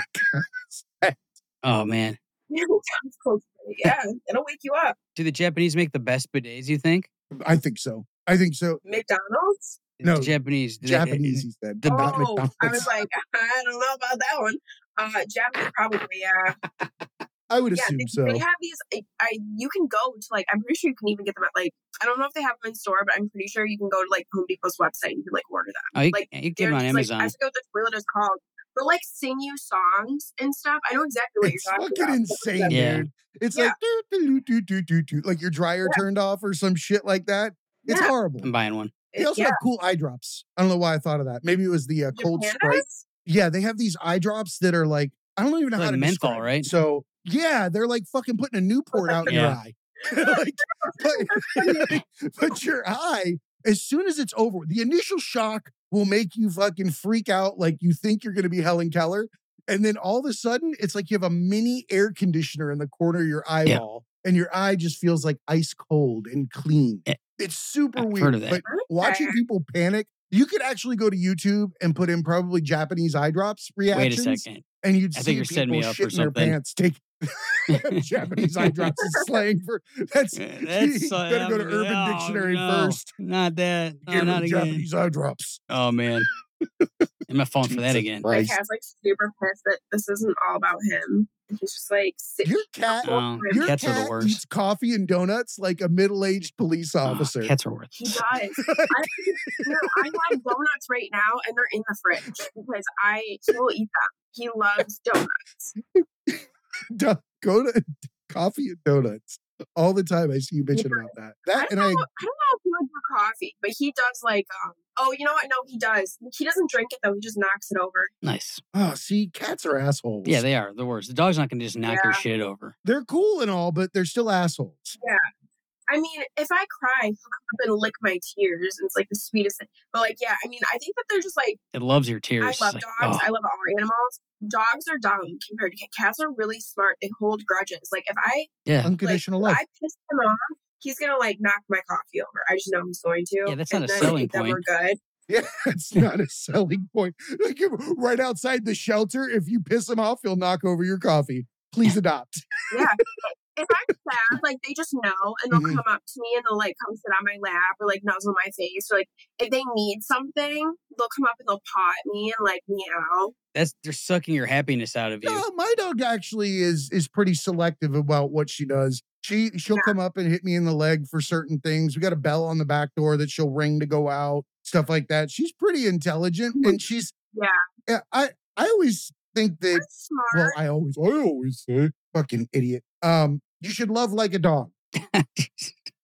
C: Oh man,
B: Sounds cool to me. yeah, it'll wake you up.
C: do the Japanese make the best bidets? You think?
A: I think so. I think so.
B: McDonald's?
A: No,
C: the Japanese. do they- uh,
A: Japanese, he said.
C: The
A: not
B: oh, I
A: McDonald's.
B: was like, I don't know about that one. Uh, Japanese probably, yeah.
A: I would
B: yeah,
A: assume
B: they,
A: so.
B: they have these. I, I you can go to like I'm pretty sure you can even get them at like I don't know if they have them in store, but I'm pretty sure you can go to like Home Depot's website and you can like order them.
C: Oh, you,
B: like,
C: you
B: They're
C: get them on
B: just,
C: Amazon.
B: Like, I forget what the toilet is called, but like sing you songs and stuff. I know exactly what
A: it's
B: you're talking
A: fucking
B: about.
A: insane,
C: Yeah.
A: dude. It's
B: Yeah.
A: like doo, doo, doo, doo, doo, doo, like your dryer turned off or some shit like that. It's
B: Yeah,
A: horrible.
C: I'm buying one.
A: They also
B: yeah.
A: have cool eye drops. I don't know why I thought of that. Maybe it was the uh, cold
B: Japan
A: Sprite.
B: does?
A: Yeah, they have these eye drops that are like I don't even know
C: Like
A: how to
C: menthol,
A: describe it.
C: right?
A: So yeah, they're like fucking putting a Newport out in your
C: Yeah.
A: eye. like, but, but your eye, as soon as it's over, the initial shock will make you fucking freak out, like you think you're gonna be Helen Keller, and then all of a sudden it's like you have a mini air conditioner in the corner of your eyeball, and your eye just feels like ice cold and clean.
C: Yeah.
A: It's super
C: Eh, I've
A: weird.
C: heard of that.
A: But watching
B: Okay.
A: people panic. You could actually go to YouTube and put in probably Japanese eye drops
C: Wait a
A: reactions,
C: second.
A: and you'd
C: I
A: see
C: think you're setting
A: people
C: me up for
A: shitting their
C: something.
A: pants. Take Japanese eye drops is slang for that's. you
C: so-
A: better go to
C: I'm-
A: Urban
C: oh,
A: Dictionary
C: no,
A: first.
C: Not that. No,
A: Give me
C: not again.
A: Japanese eye drops.
C: Oh man, am I falling for that
A: Jesus
C: again?
B: My
A: Christ.
B: cat's like super pissed that this isn't all about him. And He's just like, sick.
A: Your cat,
B: Oh,
C: No,
A: your
C: cats
A: cat
C: are the
A: eats
C: worst.
A: coffee and donuts like a middle-aged police
C: Oh,
A: officer.
C: cats are worth.
B: He does. I, no, I have donuts right now, and they're in the fridge because I he will eat them. He loves donuts.
A: Do- go to coffee and donuts all the time. I see you bitching
B: Yeah.
A: about that.
B: I
A: That
B: don't
A: and
B: know.
A: I
B: I don't know if you would do coffee, but he does like um oh you know what? No, he does. He doesn't drink it though, he just knocks it over.
C: Nice.
A: Oh, see, cats are assholes.
C: Yeah, they are the worst. The dog's not going to just knock your shit over.
A: they're cool and all, but they're still assholes.
B: I mean, if I cry, he'll come up and lick my tears and it's like the sweetest thing. But like yeah, I mean I think that they're just like
C: It loves your tears.
B: I
C: It's
B: love
C: like,
B: dogs.
C: oh.
B: I love all animals. Dogs are dumb compared to cats. Cats are really smart. They hold grudges. Like if I
C: yeah.
A: Unconditional
B: like,
A: love.
B: I piss him off, he's gonna like knock my coffee over. I just know he's going to.
C: Yeah, that's
B: And
C: not a
B: then I
C: selling
B: think that We're
C: point.
B: good.
A: Yeah, it's not a selling point. Like you're right outside the shelter, if you piss him off, he'll knock over your coffee. Please adopt.
B: If I'm sad, like they just know, and they'll
C: Mm-hmm.
A: Mhm.
B: come up to me and they'll like come sit on my lap or like nuzzle my face or like if they need something, they'll come up and they'll paw at me and like meow.
C: That's they're sucking your happiness out of you.
B: Oh.
A: No, Uh, my dog actually is is pretty selective about what she does. She she'll come up and hit me in the leg for certain things. We got a bell on the back door that she'll ring to go out, stuff like that. She's pretty intelligent, and she's
B: Yeah,
A: yeah. I I always think that
B: that's smart.
A: well, I always I always say fucking idiot. Um, you should love like a dog.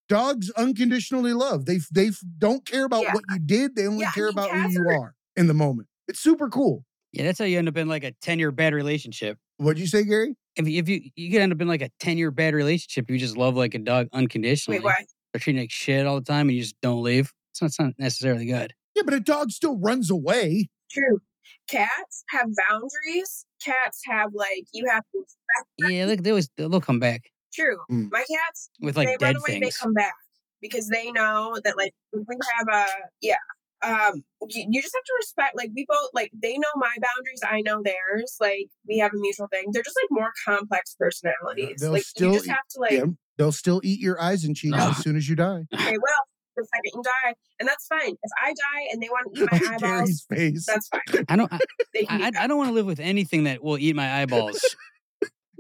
A: dogs unconditionally love. They they f- don't care about
B: Yeah.
A: what you did. They only
B: Yeah, I
A: care
B: mean,
A: about who
B: cats
A: you
B: are-
A: are in the moment. It's super cool.
C: yeah, that's how you end up in like a ten year bad relationship.
A: What'd you say, Gary?
C: If you, if you you could end up in like a ten year bad relationship, you just love like a dog unconditionally.
B: Wait, what?
C: They're treating you like shit all the time, and you just don't leave. It's not, it's not necessarily good.
A: Yeah, but a dog still runs away.
B: True. Cats have boundaries. Cats have like you have to
C: Yeah, look, they always they'll come back
B: true.
A: Mm.
B: My cats
C: with like
B: they
C: dead
B: run away,
C: things.
B: they come back because they know that like we have a yeah. Um, you, you just have to respect like we both like they know my boundaries, I know theirs. Like we have a mutual thing. They're just like more complex personalities.
A: they'll
B: like
A: still
B: you just
A: eat-
B: have to like
A: yeah, they'll still eat your eyes and cheeks
C: Ugh.
A: as soon as you die.
B: okay, well, the second you die, and that's fine. If I die and they want to eat my
A: Like Gary's
B: eyeballs,
A: face.
B: that's fine.
C: I don't. I,
B: They can
C: I,
B: eat
C: I don't want to live with anything that will eat my eyeballs.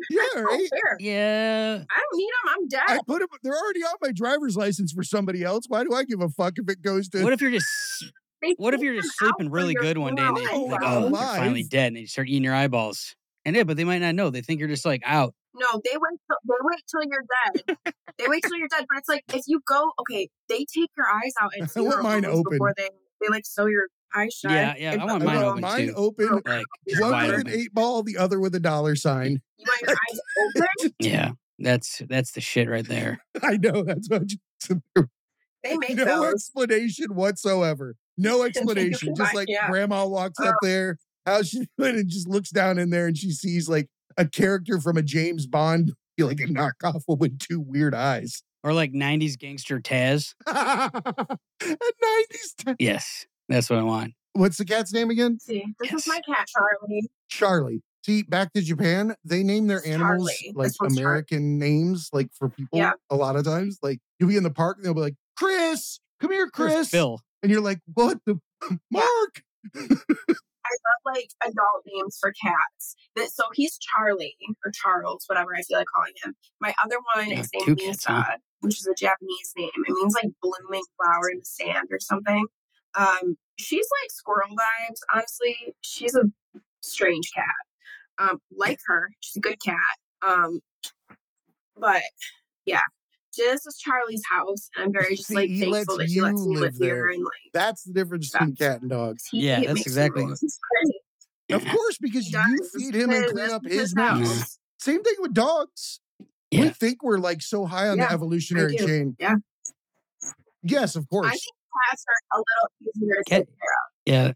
A: Yeah,
B: them. I
A: right.
B: don't care.
C: yeah,
B: I don't need them. I'm dead.
A: I put them. They're already on my driver's license for somebody else. Why do I give a fuck if it goes to?
C: What if you're just s-
B: They
C: What if
B: take
C: you're just
B: them out
C: sleeping
B: for
C: really
B: your
C: good one day and they,
B: funeral.
C: like,
A: Wow.
C: oh, they're finally
A: Lies.
C: dead, and they start eating your eyeballs. And yeah, but they might not know. They think you're just like out.
B: No, they wait. Till, they wait till you're dead. they wait till you're dead. But it's like if you go, okay, they take your eyes out and
A: I want mine open.
B: before they they like sew your eyes shut.
C: Yeah, yeah,
B: and
C: I
B: put
C: want
A: I
B: them
C: mine
A: want
B: on.
C: open
A: mine
C: too.
A: open.
C: Like just
A: One
C: wide
A: with an
C: open.
A: eight ball, the other with a dollar sign.
B: You want your eyes open?
C: Yeah, that's that's the shit right there.
A: I know that's what. you-
B: They make
A: no
B: those.
A: explanation whatsoever. No explanation. just
B: Right,
A: like
B: yeah. Uh
A: grandma walks up there, how she doing, and just looks down in there and she sees like a character from a James Bond, be like a knockoff with two weird eyes.
C: Or like '90s gangster Taz.
A: a 90s. t-
C: Yes, that's what I want.
A: What's the cat's name again?
B: See, this is
C: Yes.
B: my cat Charlie.
A: Charlie. See, back to Japan, they name their animals
B: Charlie.
A: like
B: This one's Char-
A: American names, like for people
B: Yeah.
A: a lot of times. Like you'll be in the park and they'll be like, Chris, come here,
C: Where's
A: Chris.
C: Phil.
A: And you're like, what the Mark?
B: I love like adult names for cats. That so he's Charlie or Charles, whatever I feel like calling him. My other one
C: Yeah,
B: is
C: two
B: named
C: cats,
B: Misa,
C: huh?
B: which is a Japanese name. It means like blooming flower in the sand or something. Um, she's like squirrel vibes. Honestly, she's a strange cat. Um, like her, she's a good cat. Um, but yeah, this is Charlie's house, and I'm very just
A: See,
B: like
A: he
B: thankful
A: lets
B: that he lets
A: you
B: me
A: live
B: live here
A: there.
B: and like
A: That's the difference between cat and dog.
B: he,
C: Yeah,
B: it
C: that's
B: makes the
C: exactly-
B: rules. It's crazy.
A: Of course, because
B: does.
A: you
B: This is
A: feed him and
B: his-
A: clean
B: this
A: up
B: is
A: his mess.
B: house.
A: Same thing with dogs. We
C: Yeah.
A: think we're like so high on
B: Yeah,
A: the evolutionary
B: do.
A: chain.
B: Yeah.
A: Yes, of
B: I
A: course.
B: think cats are a little easier to
C: Cat-
B: take care of.
C: Yeah,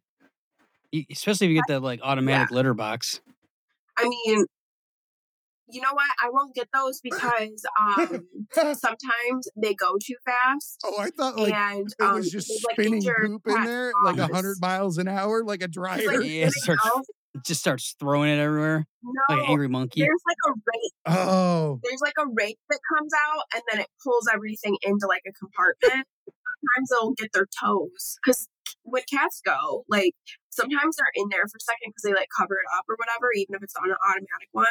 C: You- especially if you get that like automatic litter box.
B: I mean, you know what? I won't get those because um, sometimes they go too fast.
A: oh, I thought like
B: and
A: it
B: um,
A: was just
B: they've,
A: spinning
B: injured
A: poop in
B: cats'
A: there at, like
B: paws.
A: hundred miles an hour, like a
B: It's
A: dryer.
B: like,
C: Yeah, it starts-
B: no,
C: It just starts throwing it everywhere like an
B: no,
C: angry monkey.
B: there's like a rake.
A: oh,
B: There's like a rake that comes out, and then it pulls everything into like a compartment. sometimes they'll get their toes because when cats go, like sometimes they're in there for a second because they like cover it up or whatever, even if it's on an automatic one.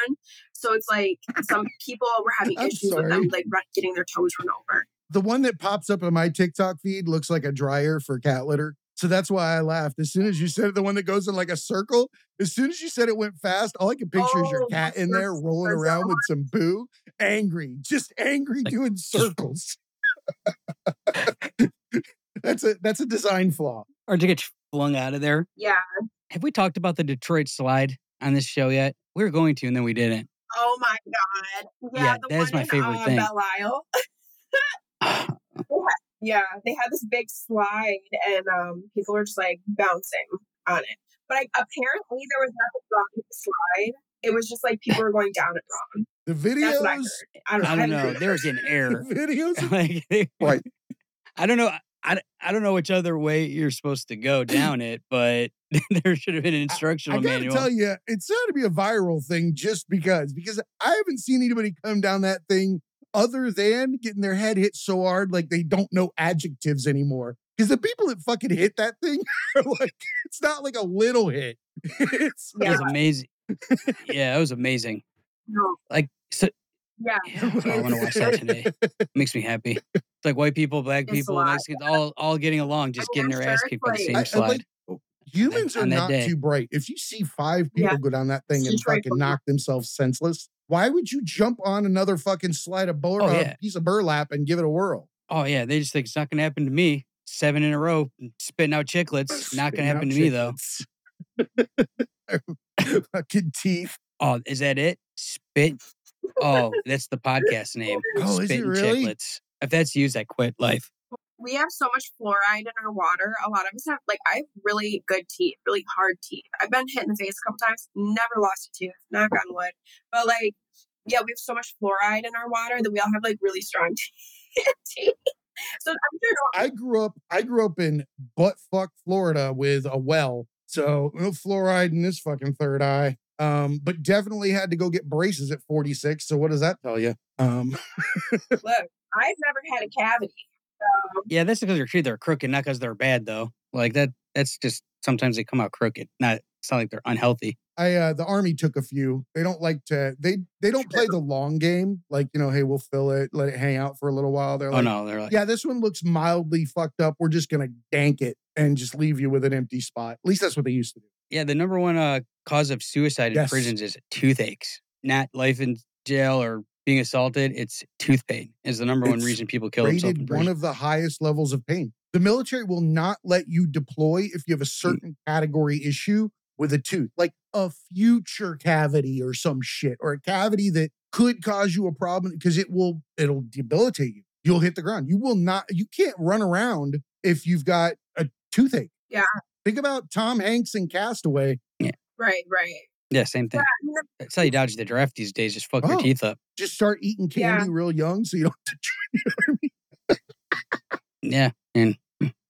B: So it's like some people were having
A: I'm
B: issues with
A: sorry.
B: them like run, getting their toes run over.
A: the one that pops up in my TikTok feed looks like a dryer for cat litter. So that's why I laughed. As soon as you said it, the one that goes in like a circle, as soon as you said it went fast, all I could picture is your
B: Oh,
A: cat
B: yes,
A: in there
B: yes,
A: rolling
B: yes,
A: around
B: I
A: with some poo, angry, just angry,
C: Like-
A: doing circles. That's a that's a design flaw.
C: or to get flung out of there.
B: Yeah.
C: Have we talked about the Detroit slide on this show yet? We were going to, and then we didn't.
B: Oh my god. Yeah,
C: Yeah,
B: the
C: that is
B: one
C: my
B: in,
C: favorite
B: uh,
C: thing.
B: Belle Isle. Yeah, they had this big slide, and um, people were just like bouncing on it. But like, apparently, there was nothing wrong with the slide. It was just like people were going down it wrong.
A: The
B: That's what I
A: videos,
B: heard. I don't know.
C: I don't know.
B: haven't heard-
C: There's an
A: the
C: error.
A: videos.
C: like, they-
A: Right.
C: I don't know. I, I don't know which other way you're supposed to go down it, but there should have been an instructional
A: I gotta
C: manual.
A: tell you, it's got to be a viral thing just because because I haven't seen anybody come down that thing other than getting their head hit so hard like they don't know adjectives anymore. Because the people that fucking hit that thing are like, it's not like a little hit. It's
C: It
B: Yeah.
C: was amazing. yeah, it was amazing.
B: No.
C: Like, so
B: Yeah.
C: Yeah, oh, I want to watch that today. Makes me happy. It's like white people, black
B: It's
C: people,
B: alive.
C: Mexicans, all all getting along, just
B: I mean,
C: getting
B: I'm
C: their ass
B: sure
C: kicked
B: it's
C: by
B: like-
C: the same
A: I- I'd
C: slide.
A: like- humans are
C: on that
A: not
C: day.
A: too bright. If you see five
B: Yeah.
A: people go down that thing and
B: She's right
A: fucking knock themselves senseless, why would you jump on another fucking slide of bur-
C: Oh,
A: uh,
C: yeah.
A: piece of burlap and give it a whirl?
C: oh yeah, they just think it's not gonna happen to me. Seven in a row, spitting out chicklets. Not gonna happen to me though.
A: though. fucking teeth.
C: Oh, is that it? Spit. Oh, that's the podcast name.
A: Oh, is it
C: Spitting
A: really?
C: chicklets. If that's used, I quit life.
B: We have so much fluoride in our water. A lot of us have, like, I have really good teeth, really hard teeth. I've been hit in the face a couple times, never lost a tooth, knock on wood. But, like, yeah, we have so much fluoride in our water that we all have, like, really strong teeth. so I'm sure
A: I grew up. I grew up in butt fuck Florida with a well, so no fluoride in this fucking third eye. Um, but definitely had to go get braces at 46. So what does that tell you? Um,
B: Look, I've never had a cavity.
A: Oh.
C: Yeah, that's because your teeth are crooked, not because they're bad though. Like that. That's just sometimes they come out crooked. Not. It's not like they're unhealthy.
A: I uh, the army took a few. They don't like to. They they don't play the long game. Like you know, hey, we'll fill it, let it hang out for a little while. They're
C: oh
A: like,
C: no, they're like.
A: yeah, this one looks mildly fucked up. We're just gonna dank it and just leave you with an empty spot. At least that's what they used to do.
C: Yeah, the number one uh, cause of suicide in
A: Yes.
C: prisons is toothaches, not life in jail or being assaulted. It's tooth pain is the number one
A: It's
C: reason people kill themselves. In
A: rated one
C: prison.
A: of the highest levels of pain. The military will not let you deploy if you have a certain category issue with a tooth, like a future cavity or some shit, or a cavity that could cause you a problem because it will it'll debilitate you. You'll hit the ground. You will not. You can't run around if you've got a toothache.
B: Yeah.
A: Think about Tom Hanks in Castaway.
B: Right, right.
C: yeah, same
B: Yeah,
C: thing.
B: I mean,
C: That's how you dodge the draft these days. Just fuck your
A: Oh.
C: teeth up.
A: Just start eating
B: Yeah.
A: candy real young so you don't. Have to
C: Yeah,
B: I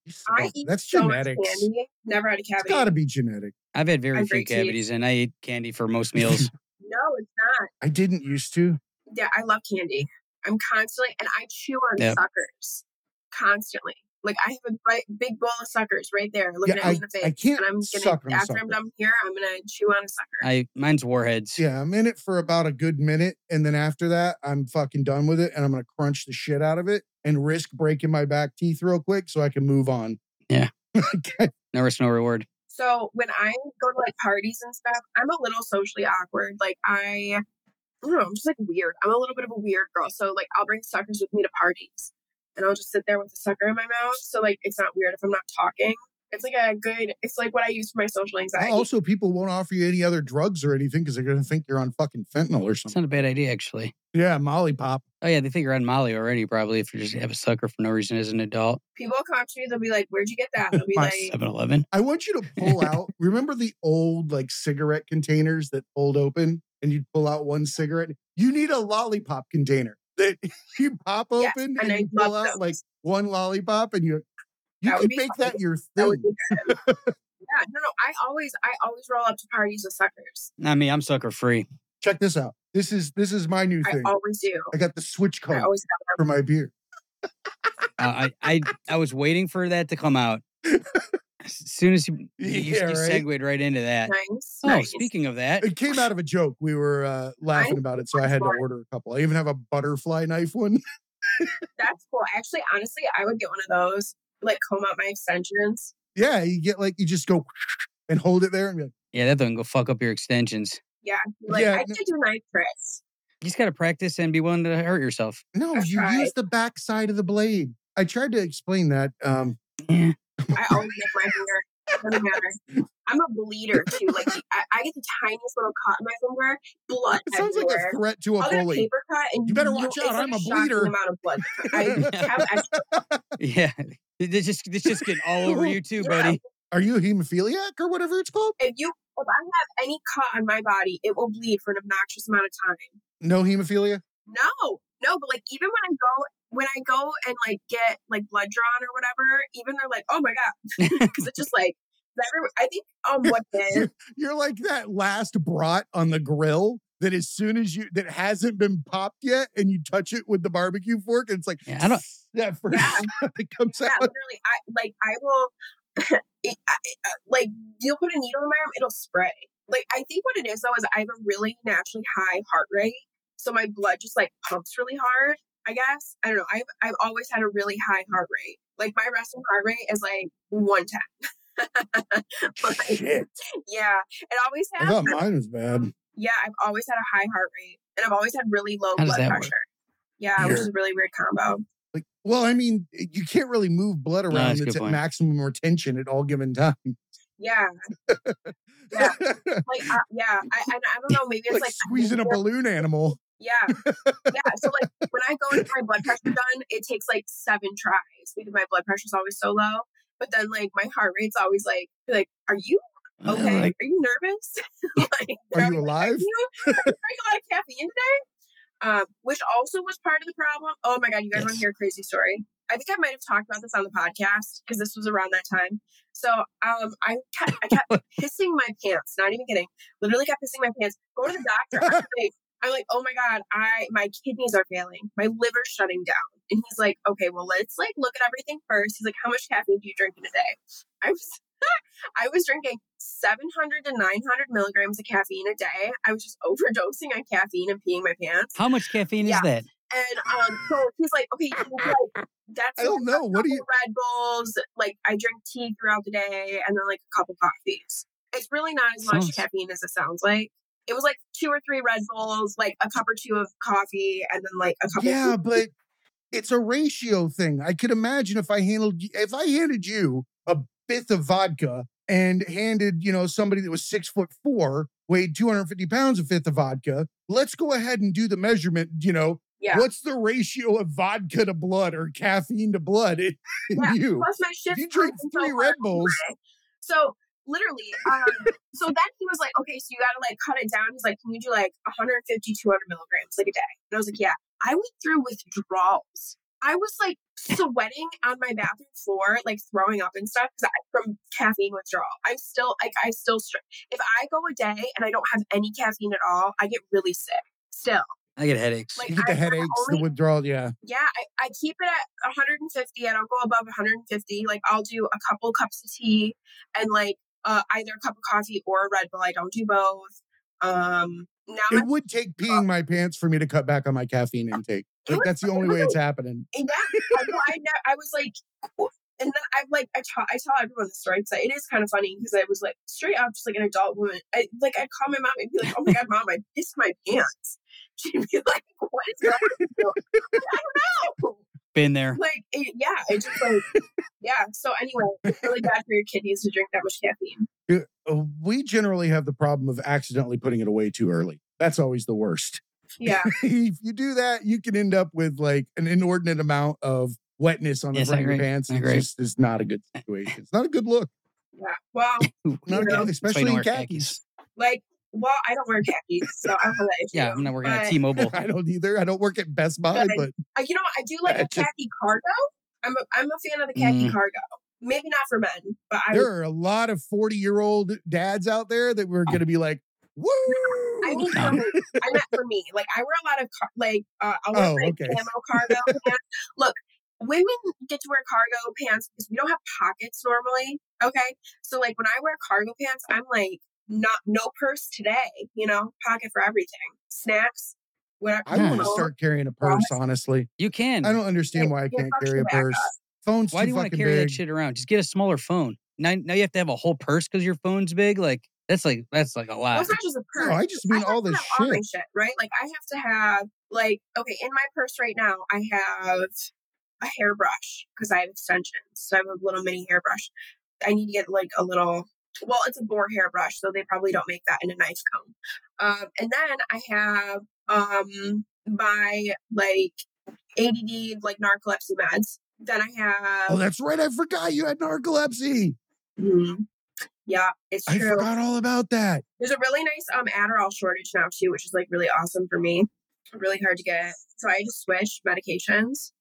A: Oh,
B: eat
A: That's
B: so much
A: genetics.
B: candy. Never had a
A: It's
B: cavity.
A: got to be genetic.
C: I've had very
B: I've
C: few
B: got teeth.
C: cavities, and I eat candy for most meals.
B: No, it's not.
A: I didn't used to.
B: Yeah, I love candy. I'm constantly, and I chew on
C: Yeah.
B: suckers constantly. Like I have a bi- big bowl of suckers right there, looking at me in the face.
A: I can't
B: and I'm gonna
A: suck on a
B: after I'm
A: sucker.
B: done here, I'm gonna chew on a sucker.
C: I mine's warheads.
A: Yeah, I'm in it for about a good minute. And then after that, I'm fucking done with it and I'm going to crunch the shit out of it and risk breaking my back teeth real quick so I can move on.
C: Yeah.
A: Okay.
C: No risk, no reward.
B: So when I go to like parties and stuff, I'm a little socially awkward. Like I, I don't know, I'm just like weird. I'm a little bit of a weird girl. So like I'll bring suckers with me to parties, and I'll just sit there with a sucker in my mouth. So like it's not weird if I'm not talking. It's like a good. It's like what I use for my social anxiety.
A: also, people won't offer you any other drugs or anything because they're going to think you're on fucking fentanyl or
C: It's
A: something.
C: not a bad idea, actually.
A: Yeah, Molly Pop.
C: Oh yeah, they think you're on Molly already, probably if you just have a sucker for no reason as an adult.
B: people will come up to me, they'll be like, Where'd you get that? And I'll be
A: My
B: like,
C: 7-Eleven.
A: I want you to pull out. remember the old like cigarette containers that fold open and you'd pull out one cigarette? You need a lollipop container that you pop open
B: Yes,
A: and,
B: and I
A: you pull
B: love
A: out like one lollipop and you you
B: That would
A: could
B: be
A: make
B: fun.
A: that your
B: that
A: thing.
B: would be good. yeah, no, no. I always I always roll up to parties with suckers.
C: Not me. I'm sucker free.
A: Check this out. This is this is my new
B: I
A: thing.
B: always do.
A: I got the switch
B: I
A: code
B: always have
A: for my beer.
C: Uh, I, I I was waiting for that to come out. As soon as you, you, you,
A: Yeah,
C: you
A: right?
C: segued right into that.
B: them. nice.
C: Oh,
B: nice.
C: speaking of that,
A: It came out of a joke. We were uh, laughing about it, so I had to
B: sorry.
A: order a couple. I even have a butterfly knife one.
B: That's cool. Actually, honestly, I would get one of those. Like comb out my extensions.
A: yeah, you get like you just go and hold it there and be like,
C: yeah, that doesn't go fuck up your extensions.
B: Yeah. Like
A: Yeah,
B: I
A: no-
B: could do knife tricks.
C: You just got to practice and be willing to hurt yourself.
A: no,
B: That's
A: you
B: right.
A: use the back side of the blade. I tried to explain that. Um,
C: Yeah.
B: I always lick my finger. It doesn't matter. I'm a bleeder too. Like I, I get the tiniest little cut in my finger, blood
A: It sounds like
B: everywhere.
A: a threat to a
B: I'll get a
A: bully.
B: paper cut, and
A: You better watch
B: it's
A: out,
B: like
A: I'm a
B: shocking
A: bleeder.
B: Amount of blood. I have extra
C: Yeah. It's just it's just getting all over you too,
B: Yeah.
C: buddy.
A: Are you a hemophiliac or whatever it's called?
B: if you if I have any cut on my body, it will bleed for an obnoxious amount of time.
A: No hemophilia?
B: No, no, but like even when I go when I go and like get like blood drawn or whatever, even they're like, oh my god, because it's just like every- I think um what day
A: You're like that last brat on the grill that as soon as you that hasn't been popped yet and you touch it with the barbecue fork and it's like
C: Yeah, I don't-
A: that first
B: Yeah.
A: shot that comes
B: yeah,
A: out.
B: literally I like I will it, I, I- like you'll put a needle in my arm, it'll spray. Like I think what it is though is I have a really naturally high heart rate, so my blood just like pumps really hard. I guess I don't know. I've I've always had a really high heart rate. Like my resting heart rate is like one ten.
A: Shit.
B: yeah, it always
A: I
B: has.
A: thought mine was bad.
B: Yeah, I've always had a high heart rate, and I've always had really low
C: How does
B: blood
C: that
B: pressure.
C: work?
B: Yeah, which is
A: Here.
B: a really weird combo.
A: Like, well, I mean, you can't really move blood around
C: that's a
A: that's,
C: good
A: at
C: point.
A: maximum retention at all given time.
B: Yeah, Yeah. like uh, yeah, I, I I don't know. Maybe it's
A: like,
B: like,
A: squeezing a balloon animal.
B: Yeah. Yeah. So like when I go and get my blood pressure done, it takes like seven tries because my blood pressure's always so low. But then like my heart rate's always like like, are you
C: I don't
B: okay?
C: Uh, like-
B: are you nervous? like,
A: Are
B: I'm
A: you
B: like,
A: alive?
B: you drank a lot of caffeine today? Um, which also was part of the problem. Oh my god, you guys want
C: Yes.
B: to hear a crazy story? I think I might have talked about this on the podcast because this was around that time. So um, I kept, I kept pissing my pants. Not even kidding. Literally kept pissing my pants. Go to the doctor. I'm like, I'm like, oh my god, I my kidneys are failing. My liver's shutting down. And he's like, okay, well let's like look at everything first. He's like, how much caffeine do you drink in a day? I was I was drinking 700 to 900 milligrams of caffeine a day. I was just overdosing on caffeine and peeing my pants.
C: How much caffeine
B: Yeah.
C: is that?
B: And um, so he's like, okay, you can, like, that's
A: I don't know. What do you?
B: Red Bulls. Like I drink tea throughout the day, and then like a couple coffees. It's really not as much
C: Sounds-
B: caffeine as it sounds like. It was like two or three Red Bulls, like a cup or two of coffee, and then like a couple.
A: Yeah, but it's a ratio thing. I could imagine if I handled y- if I handed you a fifth of vodka and handed you know somebody that was six foot four weighed 250 pounds a fifth of vodka let's go ahead and do the measurement you know
B: yeah.
A: what's the ratio of vodka to blood or caffeine to blood in, in
B: Yeah,
A: you
B: Plus my shift.
A: if you drink
B: comes in so
A: three
B: far
A: red bulls
B: So literally, um, so then he was like, okay, so you got to like cut it down. He's like, can you do like 150, 200 milligrams like a day? And I was like, yeah. I went through withdrawals. I was like sweating on my bathroom floor, like throwing up and stuff 'cause I, from caffeine withdrawal. I'm still like, I still, str- if I go a day and I don't have any caffeine at all, I get really sick still.
C: I get headaches.
B: Like,
A: you get the
B: I've had
A: headaches the
B: only-
A: withdrawal yeah
B: yeah, I, I keep it at 150. I don't go above 150. Like I'll do a couple cups of tea and like uh, either a cup of coffee or a Red Bull. I don't do both. Um, now my,
A: it would take peeing my pants for me to cut back on my caffeine
B: Oh,
A: intake like, that's the only way it's happening
B: yeah, I, know, I, know, I was like, and then I'm like, I, tell I tell everyone this story. 'cause It is kind of funny because I was like straight up just like an adult woman. I, like I'd call my mom and be like, oh my god, mom, I pissed my pants. She'd be like, what is wrong with you? I don't know.
C: Been there.
B: like it, yeah it just like yeah so anyway it's really bad for your kidneys to drink that much caffeine
A: Uh, we generally have the problem of accidentally putting it away too early that's always the worst
B: yeah
A: if you do that you can end up with like an inordinate amount of wetness on the
C: Yes, I
A: front of your
C: agree.
A: pants
C: I
A: and
C: agree.
A: it's just is not a good situation it's not a good look
B: yeah well
A: not a
B: Yeah,
A: good,
B: that's
C: That's why you
A: especially
C: don't
A: in
C: wear
A: khakis
B: like well i don't wear khakis so i don't have that issue
C: Yeah, I'm not working at
B: But-
C: T-Mobile.
A: i don't either i don't work at best buy
B: But-
A: but
B: Uh, you know what? i Mm-hmm. do like a
A: Gotcha.
B: khaki cargo i'm a, I'm a fan of the khaki
C: Mm.
B: cargo maybe not for men but i would,
A: there are a lot of 40 year old dads out there that were going to be like, woo!
B: I mean, for
C: No.
B: me. I meant for me. Like, I wear a lot of car- like, uh, I wear
A: Oh,
B: like
A: okay.
B: camo cargo pants. Look, women get to wear cargo pants because we don't have pockets normally. Okay, so like when I wear cargo pants, I'm like, not no purse today. You know, pocket for everything, snacks, whatever.
A: I want to
B: phone.
A: start carrying a purse, honestly.
C: You can.
A: I don't understand why I
B: Your
A: can't carry a
B: fucking
A: purse. Phone's
C: Why
A: too
C: do you want to
A: fucking
C: carry
A: big.
C: that shit around? Just get a smaller phone. Now, now you have to have a whole purse because your phone's big. Like that's like that's like a
B: Well,
C: lot.
B: it's not just a purse.
A: No, I just mean
B: I
A: all
B: have to
A: this
B: have all my
A: shit.
B: shit, right? Like I have to have like okay, in my purse right now I have a hairbrush because I have extensions. So I have a little mini hairbrush. I need to get like a little, well, it's a boar hairbrush, so they probably don't make that in a knife comb. Um, and then I have um my like ADD, like narcolepsy meds. Then I have,
A: Oh, that's right. I forgot you had narcolepsy.
B: Mhm. yeah, it's
A: I
B: true.
A: forgot all about that.
B: There's a really nice um Adderall shortage now too, which is like really awesome for me. Really hard to get. So I just switched medications.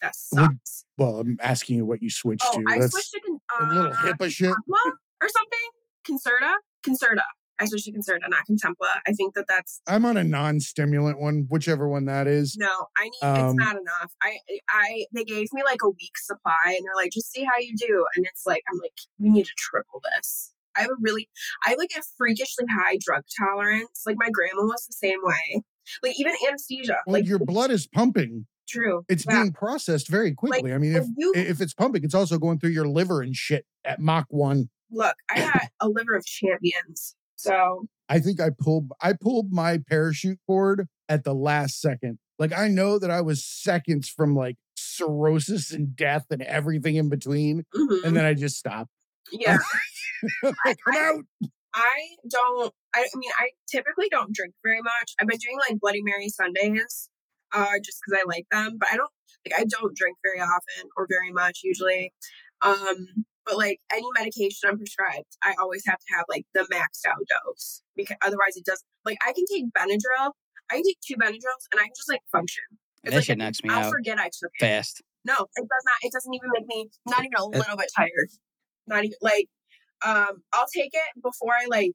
B: That
A: Would-
B: sucks.
A: Well, I'm asking you what you switched
B: Oh,
A: to.
B: I
A: That's
B: switched to con-
A: a little
B: uh,
A: HIPAA shit.
B: Contempla or something. Concerta, Concerta. I switched to Concerta, not Contempla. I think that that's
A: I'm on a non-stimulant one, whichever one that is.
B: no. I need.
A: Um,
B: it's not enough. I eh, I they gave me like a week's supply, and they're like, just see how you do. And it's like I'm like, you need to triple this. I have a really, I have like a freakishly high drug tolerance. Like my grandma was the same way. Like even anesthesia.
A: Well,
B: like
A: your blood is pumping.
B: True.
A: Oh, It's
B: Yeah.
A: being processed very quickly. I mean, if
B: If you
A: if it's pumping, it's also going through your liver and shit at Mach one.
B: look, I had a liver of champions. So
A: I think I pulled I pulled my parachute cord at the last second. Like I know that I was seconds from like cirrhosis and death and everything in between,
B: mhm.
A: and then I just stopped.
B: yeah.
A: Like, I'm out.
B: I don't. I, I mean, I typically don't drink very much. I've been doing like Bloody Mary Sundays, uh, just because I like them. But I don't like I don't drink very often or very much usually. Um, but like any medication I'm prescribed, I always have to have like the maxed out dose because otherwise it does. Like I can take Benadryl. I can take two Benadryls and I can just like function. It's
C: That
B: like
C: shit knocks me
B: I'll
C: out
B: forget I took it.
C: fast.
B: No, it does not. It doesn't even make me not even a little bit tired. Not even like um I'll take it before I like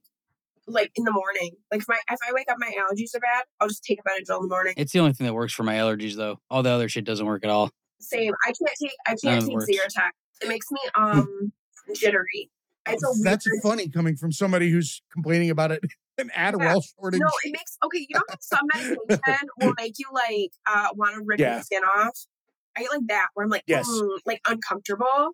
B: like in the morning. Like if my if I wake up my allergies are bad, I'll just take a Benadryl in the morning.
C: It's the only thing that works for my allergies, though. All the other shit doesn't work at all.
B: Same. I can't take I
C: None
B: can't
C: of it
B: take
C: works. Hmm.
B: Zyrtec. It makes me um jittery. It's a
A: That's
B: weird,
A: funny coming from somebody who's complaining about it. An Adderall shortage.
B: No, it makes okay. You know how some medication will make you like uh want to rip
A: Yeah.
B: your skin off. I get like that where I'm like,
A: Yes.
B: "Mm," like uncomfortable,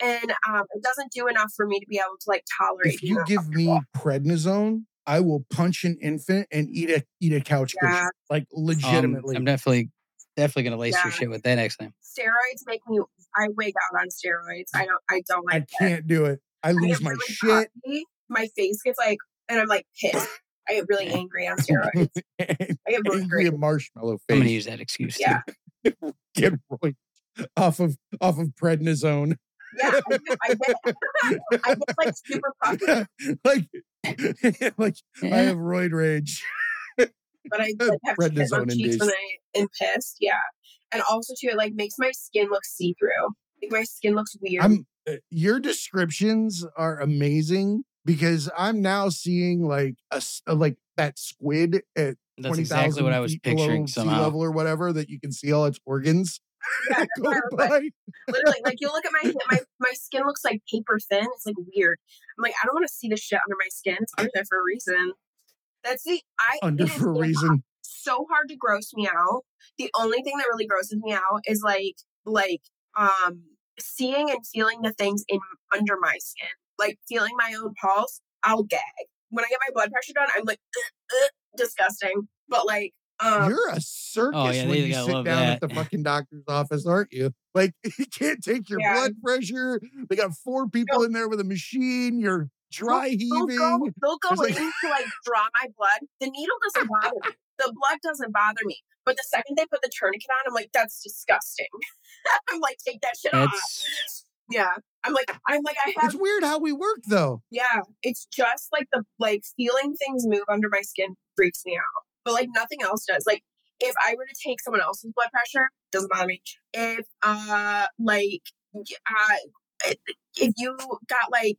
B: and um, it doesn't do enough for me to be able to like tolerate.
A: if
B: being
A: you give me
B: uncomfortable.
A: prednisone, I will punch an infant and eat a eat a couch
B: Yeah.
A: cushion. Like
C: Um,
A: legitimately.
C: I'm definitely, definitely gonna lace your
B: Yeah.
C: shit with that next time.
B: steroids, make me I wig out on steroids. I don't, I don't
A: I
B: like. it.
A: can't do it. I
B: I
A: lose
B: get
A: my
B: really
A: shit.
B: cocky. My face gets like, and I'm like pissed. I get really angry on steroids. I get really
A: Angry
B: angry.
A: at marshmallow
C: I'm gonna
A: face.
C: use that excuse. too.
B: Yeah,
A: Get right off of off of prednisone.
B: yeah. I get, I get, I get like super puffy,
A: like like I
C: Yeah.
A: have roid rage.
B: but I like, have
A: Red
B: shit on
A: zone
B: cheeks when
A: Oh, induced.
B: I am pissed. Yeah, and also too, it like makes my skin look see through. Like my skin looks weird.
A: I'm uh, your descriptions are amazing because I'm now seeing like a s- uh, like that squid at
C: That's
A: twenty thousand
C: exactly what I was picturing
A: sea
C: somehow.
A: level or whatever that you can see all its organs
B: Yeah,
A: going
B: that's what I
A: by.
B: Literally, like you look at my my my skin looks like paper thin. It's like weird. I'm like, I don't want to see the shit under my skin. It's under there for a reason. That's the I
A: Under
B: it is
A: for a reason.
B: so hard to gross me out. The only thing that really grosses me out is like like um seeing and feeling the things in under my skin, like feeling my own pulse. I'll gag when I get my blood pressure done. I'm like "Ugh, ugh," disgusting, but like um
A: You're a circus
C: Oh, yeah,
A: when
C: they
A: you
C: gotta
A: sit
C: love
A: down at the
C: that.
A: fucking doctor's office, aren't you? Like you can't take your
B: Yeah.
A: blood pressure. They got four people in there with a machine. You're dry
B: they'll go,
A: heaving.
B: they'll go
A: There's, like-
B: in to like draw my blood. The needle doesn't bother me. The blood doesn't bother me. But the second they put the tourniquet on, I'm like, that's disgusting. I'm like, take that shit off.
C: That's
B: Yeah. I'm like, I'm like, I have
A: It's weird how we work though.
B: yeah, it's just like the like feeling things move under my skin freaks me out. But like nothing else does. Like if I were to take someone else's blood pressure, doesn't bother me. If uh like y- uh if you got like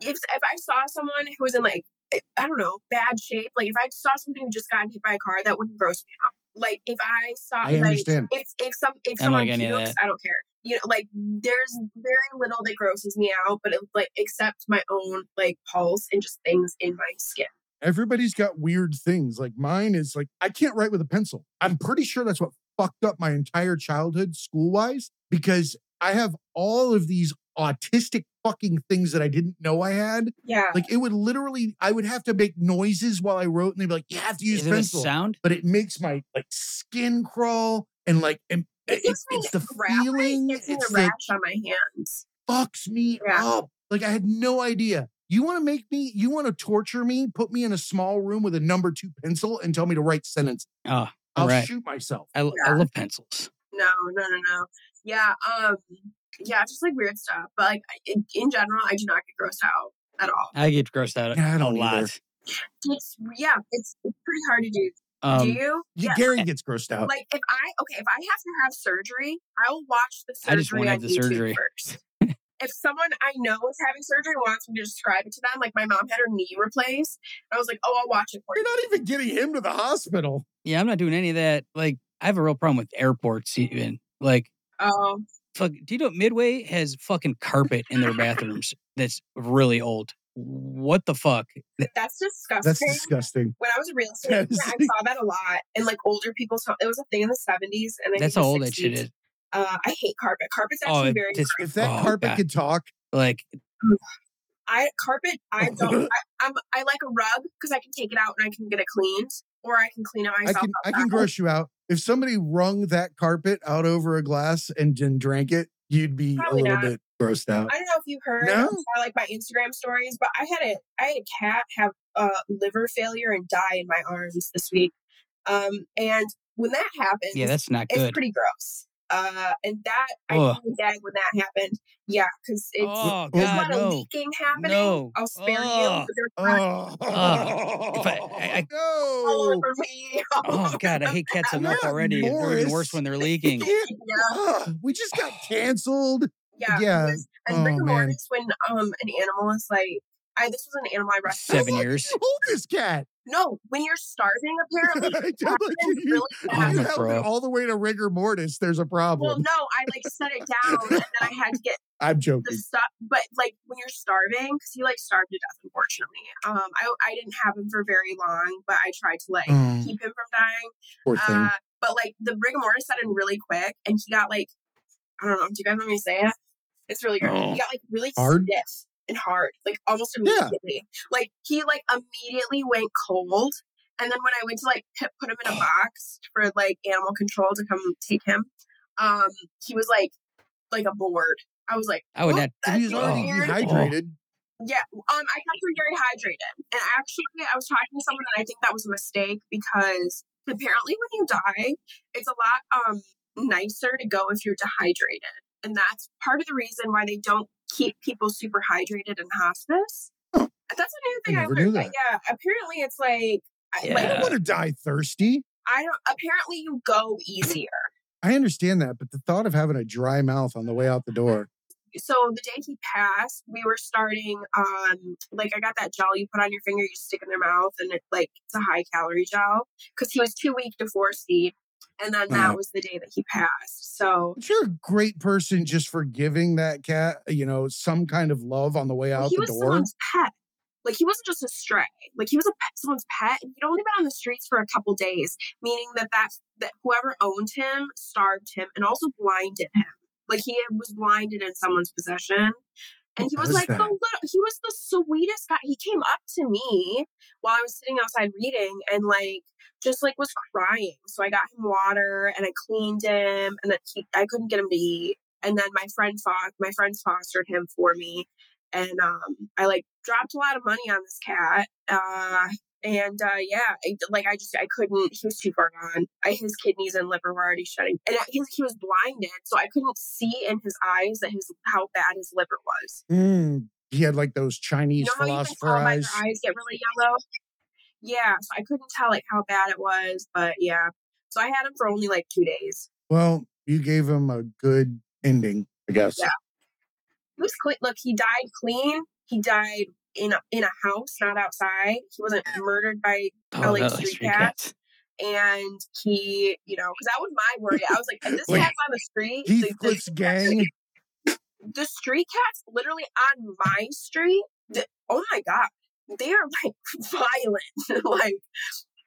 B: if if I saw someone who was in like I I don't know bad shape, like if I saw someone who just got hit by a car, that wouldn't gross me out. Like if I saw
A: I
B: like
A: understand.
B: if if some if
C: I don't
B: someone
C: like any of
B: pukes,
C: that.
B: I don't care. You know, like there's very little that grosses me out, but it, like except my own like pulse and just things in my skin.
A: Everybody's got weird things. Like mine is like I can't write with a pencil. I'm pretty sure that's what fucked up my entire childhood school wise because I have all of these autistic fucking things that I didn't know I had
B: Yeah,
A: Like it would literally, I would have to make noises while I wrote, and they'd be like, "You have to use
C: is it a
A: pencil,"
C: sound?
A: but it makes my like skin crawl and like and
B: It
A: It's,
B: gives
A: it's
B: me
A: the
B: rash-
A: feeling.
B: It gives me
A: It's
B: a
A: the
B: rash on my hands.
A: fucks me
B: Yeah.
A: up. Like I had no idea. You want to make me, you want to torture me, put me in a small room with a number two pencil and tell me to write sentences.
C: Oh,
A: I'll
C: Right.
A: shoot myself.
C: I, I
B: Yeah.
C: love pencils.
B: No, no, no, no. Yeah, um, yeah, just like weird stuff. But like I- in, in general, I do not get grossed out at all.
C: I get grossed out
A: Yeah, I
C: a
A: don't either.
C: lot.
B: It's yeah, it's, it's pretty hard to do. do
C: Um,
B: you?
A: Yeah,
B: Yeah.
A: Gary gets grossed
C: Oh.
A: out.
B: Like if I okay, if I have to have surgery, I will watch the surgery
C: I just won't
B: on
C: have the
B: YouTube
C: surgery.
B: first. if someone I know is having surgery wants me to describe it to them, like my mom had her knee replaced, I was like, oh, I'll watch it for you.
A: You're not even getting him to the hospital.
C: yeah, I'm not doing any of that. Like, I have a real problem with airports. Even like,
B: Oh,
C: fuck. Do you know Midway has fucking carpet in their bathrooms that's really old? What the fuck?
B: that's disgusting.
A: That's disgusting.
B: when I was a real estate
A: That
B: agent, I
A: is-
B: saw that a lot. And like older people's, home. it was a thing in the 70s. And I think
C: That's
B: the
C: how old that shit
B: 60s.
C: is.
B: Uh, I hate carpet. Carpet's
C: Oh,
B: actually very.
C: it's
A: If that
C: Oh,
A: carpet
C: God.
A: could talk,
C: like
B: I carpet. I don't. I, I'm. I like a rug because I can take it out and I can get it cleaned, or I can clean it
A: I
B: myself.
A: can I can
B: outside.
A: gross you out. If somebody wrung that carpet out over a glass and then drank it, you'd be
B: Probably
A: a little
B: not.
A: bit grossed out.
B: I don't know if you heard
A: No?
B: or, like my Instagram stories, but I had a I had a cat have uh, liver failure and die in my arms this week. Um, and when that happens,
C: yeah, that's not
B: it's
C: good.
B: pretty gross. Uh, and that I
C: Ugh.
B: did gag when that happened. Yeah, because it's
C: oh
A: there's
B: there's a
C: god,
B: lot of
C: no.
B: leaking happening.
C: No.
B: I'll spare you.
C: Ugh.
B: but There's not
A: oh,
C: if I- I- I-
B: all
A: no.
B: over me.
C: Oh god, I hate cats enough
A: Not
C: already. They're even
A: Morris.
C: worse when they're
A: You
C: leaking.
A: can't-
B: yeah,
A: ah, we just got canceled.
B: yeah,
A: Yeah.
B: because- And Rick
A: Oh,
B: and
A: man.
B: Morty is when um an animal is like, I this was an animal I rescued.
C: Seven
A: How long did
C: years.
A: you Hold this cat.
B: No, when you're starving,
A: I'm
B: apparently.
A: like,
B: it happens
A: you, Oh,
B: really
A: if
B: fast.
A: you
C: I'm a
A: held
C: pro.
A: it all the way to rigor mortis. There's a
B: Well,
A: problem.
B: no, I like set it down and then I had to get
A: I'm
B: the
A: joking.
B: stuff. But like when you're starving, because he like starved to death, unfortunately. Um, I I didn't have him for very long, but I tried to like
A: Oh,
B: keep him from dying.
A: poor thing.
B: Uh, but like the rigor mortis set in really quick, and he got like I don't know. Do you guys want me to say it? It's really good.
A: Oh.
B: He got like really
A: Hard?
B: stiff and hard, like almost
A: Yeah.
B: immediately. Like he like immediately went cold. And then when I went to like p- put him in a box for like animal control to come take him, um, he was like like a board. I was like,
C: I would
B: "Oh,
C: not
A: He was
B: that's
A: already
B: weird."
A: dehydrated.
B: Yeah, um, I kept her very hydrated, and actually, I was talking to someone, and I think that was a mistake because apparently, when you die, it's a lot um nicer to go if you're dehydrated, and that's part of the reason why they don't keep people super hydrated in hospice.
A: Oh.
B: That's another thing I,
A: never
B: learned.
A: knew
B: but Yeah, apparently, it's like, I
A: I
B: like
A: don't
C: Yeah.
A: want to die thirsty.
B: I don't. Apparently, you go easier.
A: I understand that, but the thought of having a dry mouth on the way out the door.
B: so the day he passed, we were starting um like I got that gel you put on your finger, you stick in their mouth, and it like it's a high calorie gel because he was too weak to force feed, and then that
A: Wow.
B: was the day that he passed. So
A: But you're a great person just for giving that cat, you know, some kind of love on the way out
B: he
A: the
B: was
A: door.
B: someone's pet. Like he wasn't just a stray. Like he was a pet, someone's pet, and he'd only been on the streets for a couple days, meaning that that that whoever owned him starved him and also blinded him. Like he was blinded in someone's possession. And he was
A: does
B: like the
A: that?
B: little, he was the sweetest guy. He came up to me while I was sitting outside reading and like just like was crying. So I got him water and I cleaned him and then he I couldn't get him to eat. And then my friend fo- my friends fostered him for me. And um I like dropped a lot of money on this cat. Uh and uh, yeah, I, like I just I couldn't. He was too far gone. I, his kidneys and liver were already shutting, and I, his, he was blinded, so I couldn't see in his eyes that his how bad his liver was.
A: Mm, He had like those
B: You
A: Chinese
B: know how you can
A: philosopher
B: tell by
A: eyes.
B: your eyes get really yellow. Yeah, so I couldn't tell like how bad it was, but yeah. So I had him for only like two days.
A: Well, you gave him a good ending, I guess.
B: Yeah. He was clean. Look, he died clean. He died in a in a house, not outside. He wasn't murdered by
C: Oh,
B: like
C: no,
B: street
C: street
B: cats.
C: cats.
B: and he, you know, because that was my worry. I was like, if this
A: Wait.
B: cat's on the street. the- the-
A: Heathcliff's gang.
B: the street cats literally on my street th- oh my god they're like violent like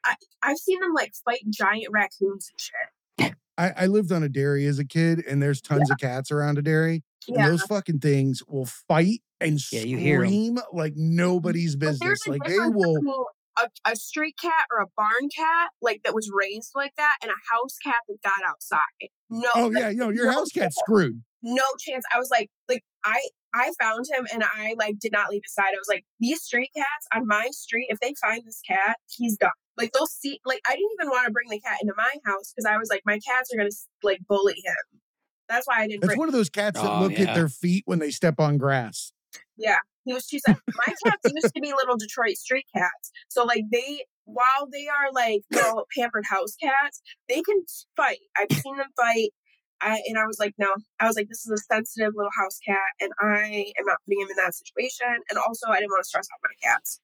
B: I, i've seen them like fight giant raccoons and shit
A: I, I lived on a dairy as a kid, and there's tons of cats around a dairy.
B: yeah
A: And those fucking things will fight and
C: Yeah, you hear 'em.
A: scream like nobody's
B: But
A: business.
B: a
A: Like they
B: difference
A: will
B: between a, a street cat or a barn cat like that was raised like that and a house cat that got outside. No,
A: Oh yeah, no, your house cat's screwed.
B: no chance. I was like, like I I found him and I like did not leave his side. I was like, these street cats on my street, if they find this cat, he's done. Like they'll see. Like I didn't even want to bring the cat into my house because I was like, my cats are gonna like bully him. That's why I didn't
A: It's
B: bring.
A: one of those cats that
C: Oh,
A: look
C: yeah.
A: at their feet when they step on grass.
B: Yeah, he was. She said my cats used to be little Detroit street cats. So like they, while they are like little pampered house cats, they can fight. I've seen them fight. I, and I was like, no. I was like, this is a sensitive little house cat, and I am not putting him in that situation. And also, I didn't want to stress out my cats.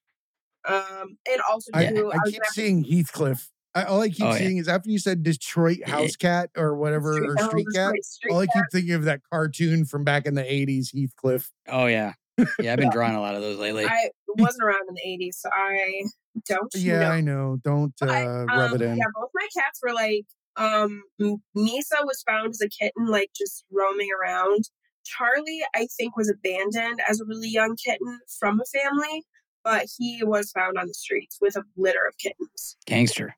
B: Um, and also,
A: I,
B: too,
A: I
B: was
A: keep
B: gonna-
A: seeing Heathcliff. I, all I keep
C: Oh, yeah.
A: seeing is after you said Detroit house cat or whatever or
B: Oh,
A: street
B: this
A: cat.
B: great street
A: All I
B: cat.
A: keep thinking of that cartoon from back in the '80s, Heathcliff.
C: Oh yeah, yeah. I've been drawing a lot of those lately.
B: I wasn't around in the '80s, so I don't.
A: Yeah,
B: know.
A: I know. Don't uh,
B: But,
A: rub
B: Um,
A: it in.
B: Yeah, both my cats were like, um, M- Misa was found as a kitten, like just roaming around. Charlie, I think, was abandoned as a really young kitten from a family, but he was found on the streets with a litter of kittens.
C: Gangster.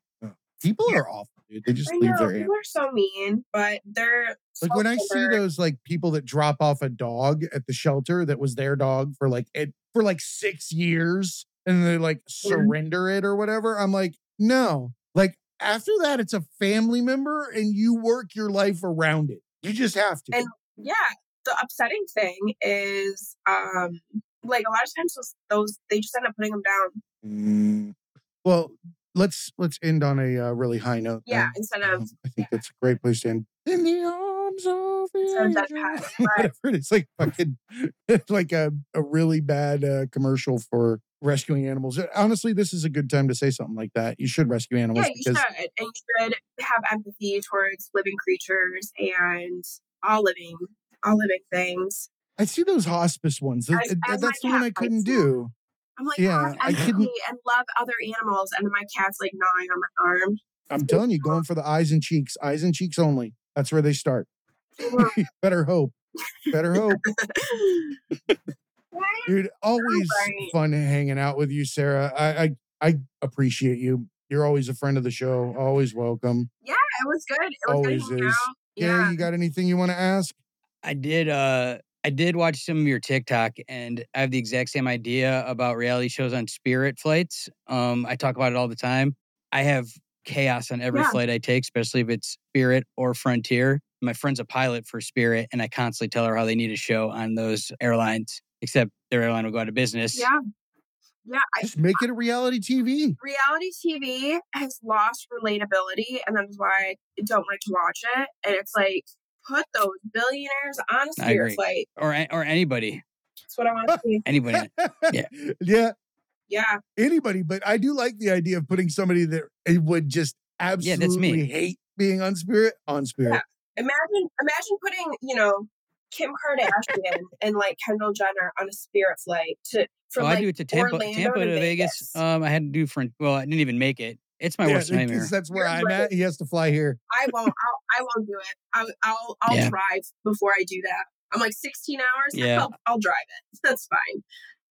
A: People are awful, dude. They just
B: I
A: leave
B: know
A: their hand.
B: people are so mean, but they're
A: Like
B: so
A: when I see
B: clever.
A: those like people that drop off a dog at the shelter that was their dog for like it for like six years and they like surrender it or whatever. I'm like, no. Like after that, it's a family member and you work your life around it. You just have to.
B: And- yeah the upsetting thing is um like a lot of times those, those they just end up putting them down
A: Mm. Well, let's let's end on a uh, really high note.
B: yeah
A: then.
B: instead of
A: Um, I think that's a great place to end. In the arms of
B: Sounds like
A: angels.
B: Pat,
A: Whatever it is, like fucking, it's like a, a really bad uh, commercial for rescuing animals. Uh, Honestly, this is a good time to say something like that. You should rescue animals
B: Yeah, you should,
A: because
B: and you should have empathy towards living creatures and all living, all living things.
A: I see those hospice ones. Th-
B: As-
A: th-
B: as my
A: that's the one
B: cat
A: I couldn't
B: bites.
A: do.
B: I'm like,
A: Yeah,
B: yeah,
A: I
B: empathy
A: couldn't-
B: and love other animals, and my cat's like gnawing on my arm.
A: I'm telling you, going for the eyes and cheeks, eyes and cheeks only. That's where they start. Better hope. Better hope. Dude, always
B: right.
A: fun hanging out with you, Sarah. I, I I appreciate you. You're always a friend of the show. Always welcome.
B: it was good. It was
A: Always
B: good. hanging
A: is.
B: out.
A: Yeah,
B: Yeah,
A: you got anything you want to ask?
C: I did. uh I did watch some of your TikTok, and I have the exact same idea about reality shows on Spirit flights. Um, I talk about it all the time. I have chaos on every
B: Yeah.
C: flight I take, especially if it's Spirit or Frontier. My friend's a pilot for Spirit, and I constantly tell her how they need a show on those airlines. Except their airline will go out of business.
B: yeah, yeah. I,
A: Just make it a reality TV.
B: reality TV has lost relatability, and that is why I don't like to watch it. And it's like put those billionaires on a
C: I
B: spirit
C: agree.
B: flight.
C: Or a- or anybody,
B: That's what I want to see.
C: anybody. Yeah.
A: yeah,
B: Yeah,
A: anybody. But I do like the idea of putting somebody that it would just
C: that's me.
A: absolutely hate being on Spirit on Spirit.
B: Yeah. imagine imagine putting you know Kim Kardashian and like Kendall Jenner on a spirit flight to from
C: Oh,
B: like
C: I do it to Tampa,
B: Orlando
C: Tampa to Vegas. Um, I had to do front. Well, I didn't even make it. It's my
A: Yeah,
C: worst
A: because
C: nightmare.
A: that's where
B: You're
A: I'm
B: right.
A: at. He has to fly here.
B: I won't. I'll, I won't do it. I'll I'll, I'll
C: Yeah.
B: drive before I do that. I'm like 16 hours.
C: Yeah.
B: I'll, I'll drive it. That's fine.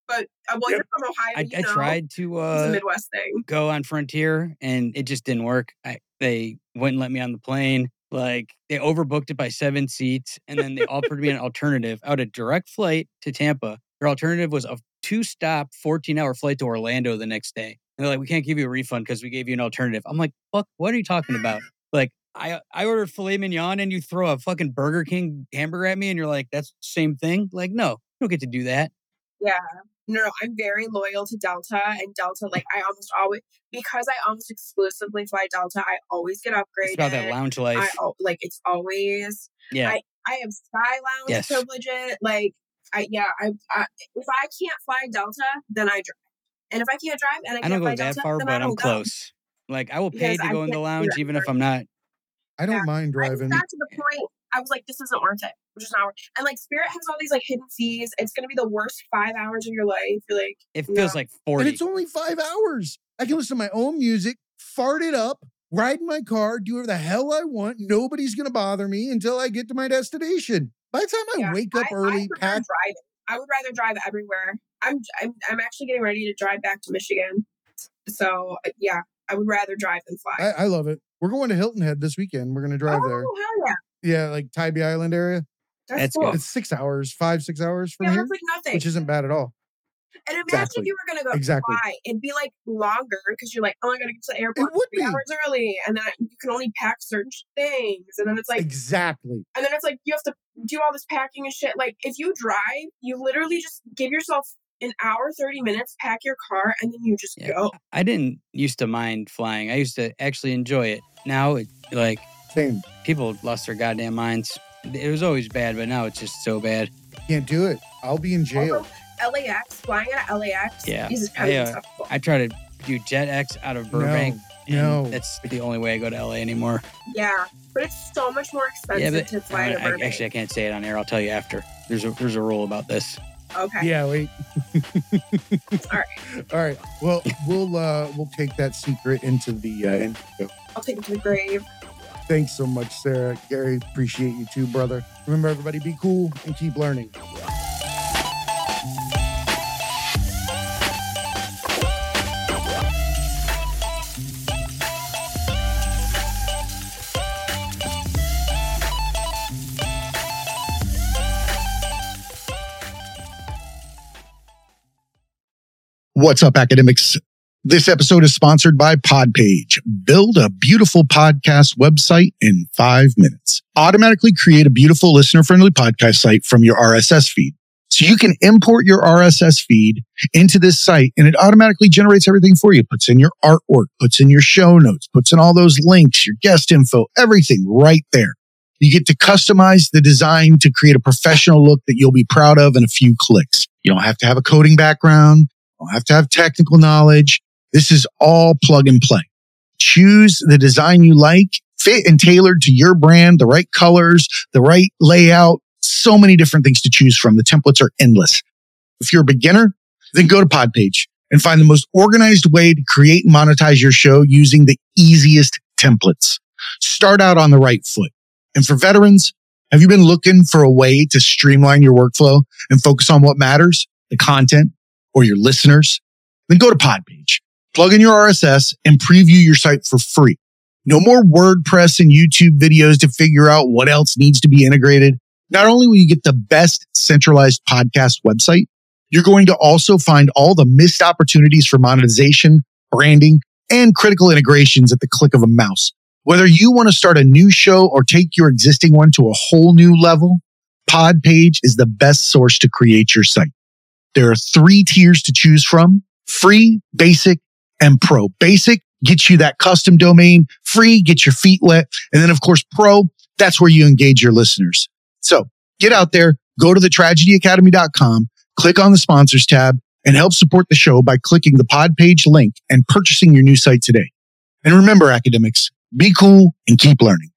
B: But uh, well,
A: Yeah.
B: you're from Ohio.
C: I,
B: you
C: I
B: know,
C: tried to
B: it's a
C: uh,
B: Midwest thing.
C: go on Frontier, and it just didn't work. I, they wouldn't let me on the plane. Like they overbooked it by seven seats, and then they offered me an alternative. I had a direct flight to Tampa. Their alternative was a two-stop, fourteen-hour flight to Orlando the next day. And they're like, "We can't give you a refund because we gave you an alternative." I'm like, "Fuck! What are you talking about?" Like I I ordered filet mignon and you throw a fucking Burger King hamburger at me and you're like, that's the same thing. Like, no, you don't get to do that.
B: No, no, I'm very loyal to Delta and Delta. Like I almost always because I almost exclusively fly Delta. I always get upgraded.
C: It's about that lounge life.
B: I al- like it's always
C: yeah.
B: I have sky lounge
C: Yes.
B: privileges. Like, I yeah, I, I if I can't fly Delta, then I drive. And if I can't drive, and I,
C: I
B: can't
C: don't go
B: fly
C: that
B: Delta,
C: far,
B: then
C: but
B: I don't
C: I'm
B: go.
C: close. Like I will pay
B: Because
C: to
B: I
C: go in
B: can't
C: the
B: do
C: lounge
B: that.
C: even if I'm not.
A: I don't
B: Yeah.
A: mind
B: I just
A: driving.
B: got to the point. I was like, this isn't worth it. Which is not worth. And like, Spirit has all these like hidden fees. It's gonna be the worst five hours of your life. You're like,
C: It feels
B: No.
C: like forty.
A: And it's only five hours. I can listen to my own music, fart it up, ride in my car, do whatever the hell I want. Nobody's going to bother me until I get to my destination. By the time I
B: yeah,
A: wake up
B: I, I
A: early,
B: prefer
A: pack.
B: driving. I would rather drive everywhere. I'm, I'm I'm actually getting ready to drive back to Michigan. So uh, yeah, I would rather drive than fly.
A: I, I love it. We're going to Hilton Head this weekend. We're gonna drive
B: oh,
A: there.
B: hell yeah.
A: Yeah, like Tybee Island area.
B: That's,
C: That's
B: cool.
C: good.
A: It's six hours, five six hours from
B: Yeah,
A: here,
B: that's like nothing.
A: which isn't bad at all.
B: and imagine
C: exactly.
B: if you were going to go
A: Exactly.
B: fly. It'd be like longer because you're like, oh, I got to get to the airport
A: would
B: three
A: be.
B: hours early. And then you can only pack certain things. And then it's like,
A: exactly.
B: and then it's like, you have to do all this packing and shit. Like, if you drive, you literally just give yourself an hour, 30 minutes, pack your car, and then you just
C: Yeah.
B: go.
C: I didn't used to mind flying. I used to actually enjoy it. Now it like
A: Same.
C: people lost their goddamn minds. It was always bad, but now it's just so bad.
A: Can't do it. I'll be in jail.
B: Also, LAX, flying out of LAX
C: Yeah.
B: is
C: I,
B: kind
C: uh,
B: of tough.
C: I try to do JetX out of Burbank. and
A: no.
C: that's the only way I go to LA anymore.
B: Yeah. But it's so much more expensive
C: yeah, but
B: to fly
C: I-
B: to
C: I-
B: Burbank.
C: actually I can't say it on air. I'll tell you after. There's a there's a rule about this.
B: okay.
A: Yeah, wait.
B: All
A: All right. Well, we'll uh we'll take that secret into the uh end.
B: I'll take it to the grave.
A: Thanks so much, Sarah. Gary, appreciate you too, brother. Remember everybody, be cool and keep learning. What's up, academics? This episode is sponsored by Podpage. Build a beautiful podcast website in five minutes. Automatically create a beautiful listener friendly podcast site from your RSS feed. So you can import your RSS feed into this site and it automatically generates everything for you. Puts in your artwork, puts in your show notes, puts in all those links, your guest info, everything right there. You get to customize the design to create a professional look that you'll be proud of in a few clicks. You don't have to have a coding background. You don't have to have technical knowledge. This is all plug and play. Choose the design you like, fit and tailored to your brand, the right colors, the right layout, so many different things to choose from. The templates are endless. If you're a beginner, then go to Podpage and find the most organized way to create and monetize your show using the easiest templates. Start out on the right foot. And for veterans, have you been looking for a way to streamline your workflow and focus on what matters? The content or your listeners, then go to Podpage, plug in your RSS and preview your site for free. No more WordPress and YouTube videos to figure out what else needs to be integrated. Not only will you get the best centralized podcast website, you're going to also find all the missed opportunities for monetization, branding, and critical integrations at the click of a mouse. Whether you want to start a new show or take your existing one to a whole new level, Podpage is the best source to create your site. There are three tiers to choose from free, basic, and pro. Basic gets you that custom domain, free gets your feet wet. And then, of course, pro, that's where you engage your listeners. So get out there, go to thetragedyacademy.com, click on the sponsors tab, and help support the show by clicking the pod page link and purchasing your new site today. And remember, academics, be cool and keep learning.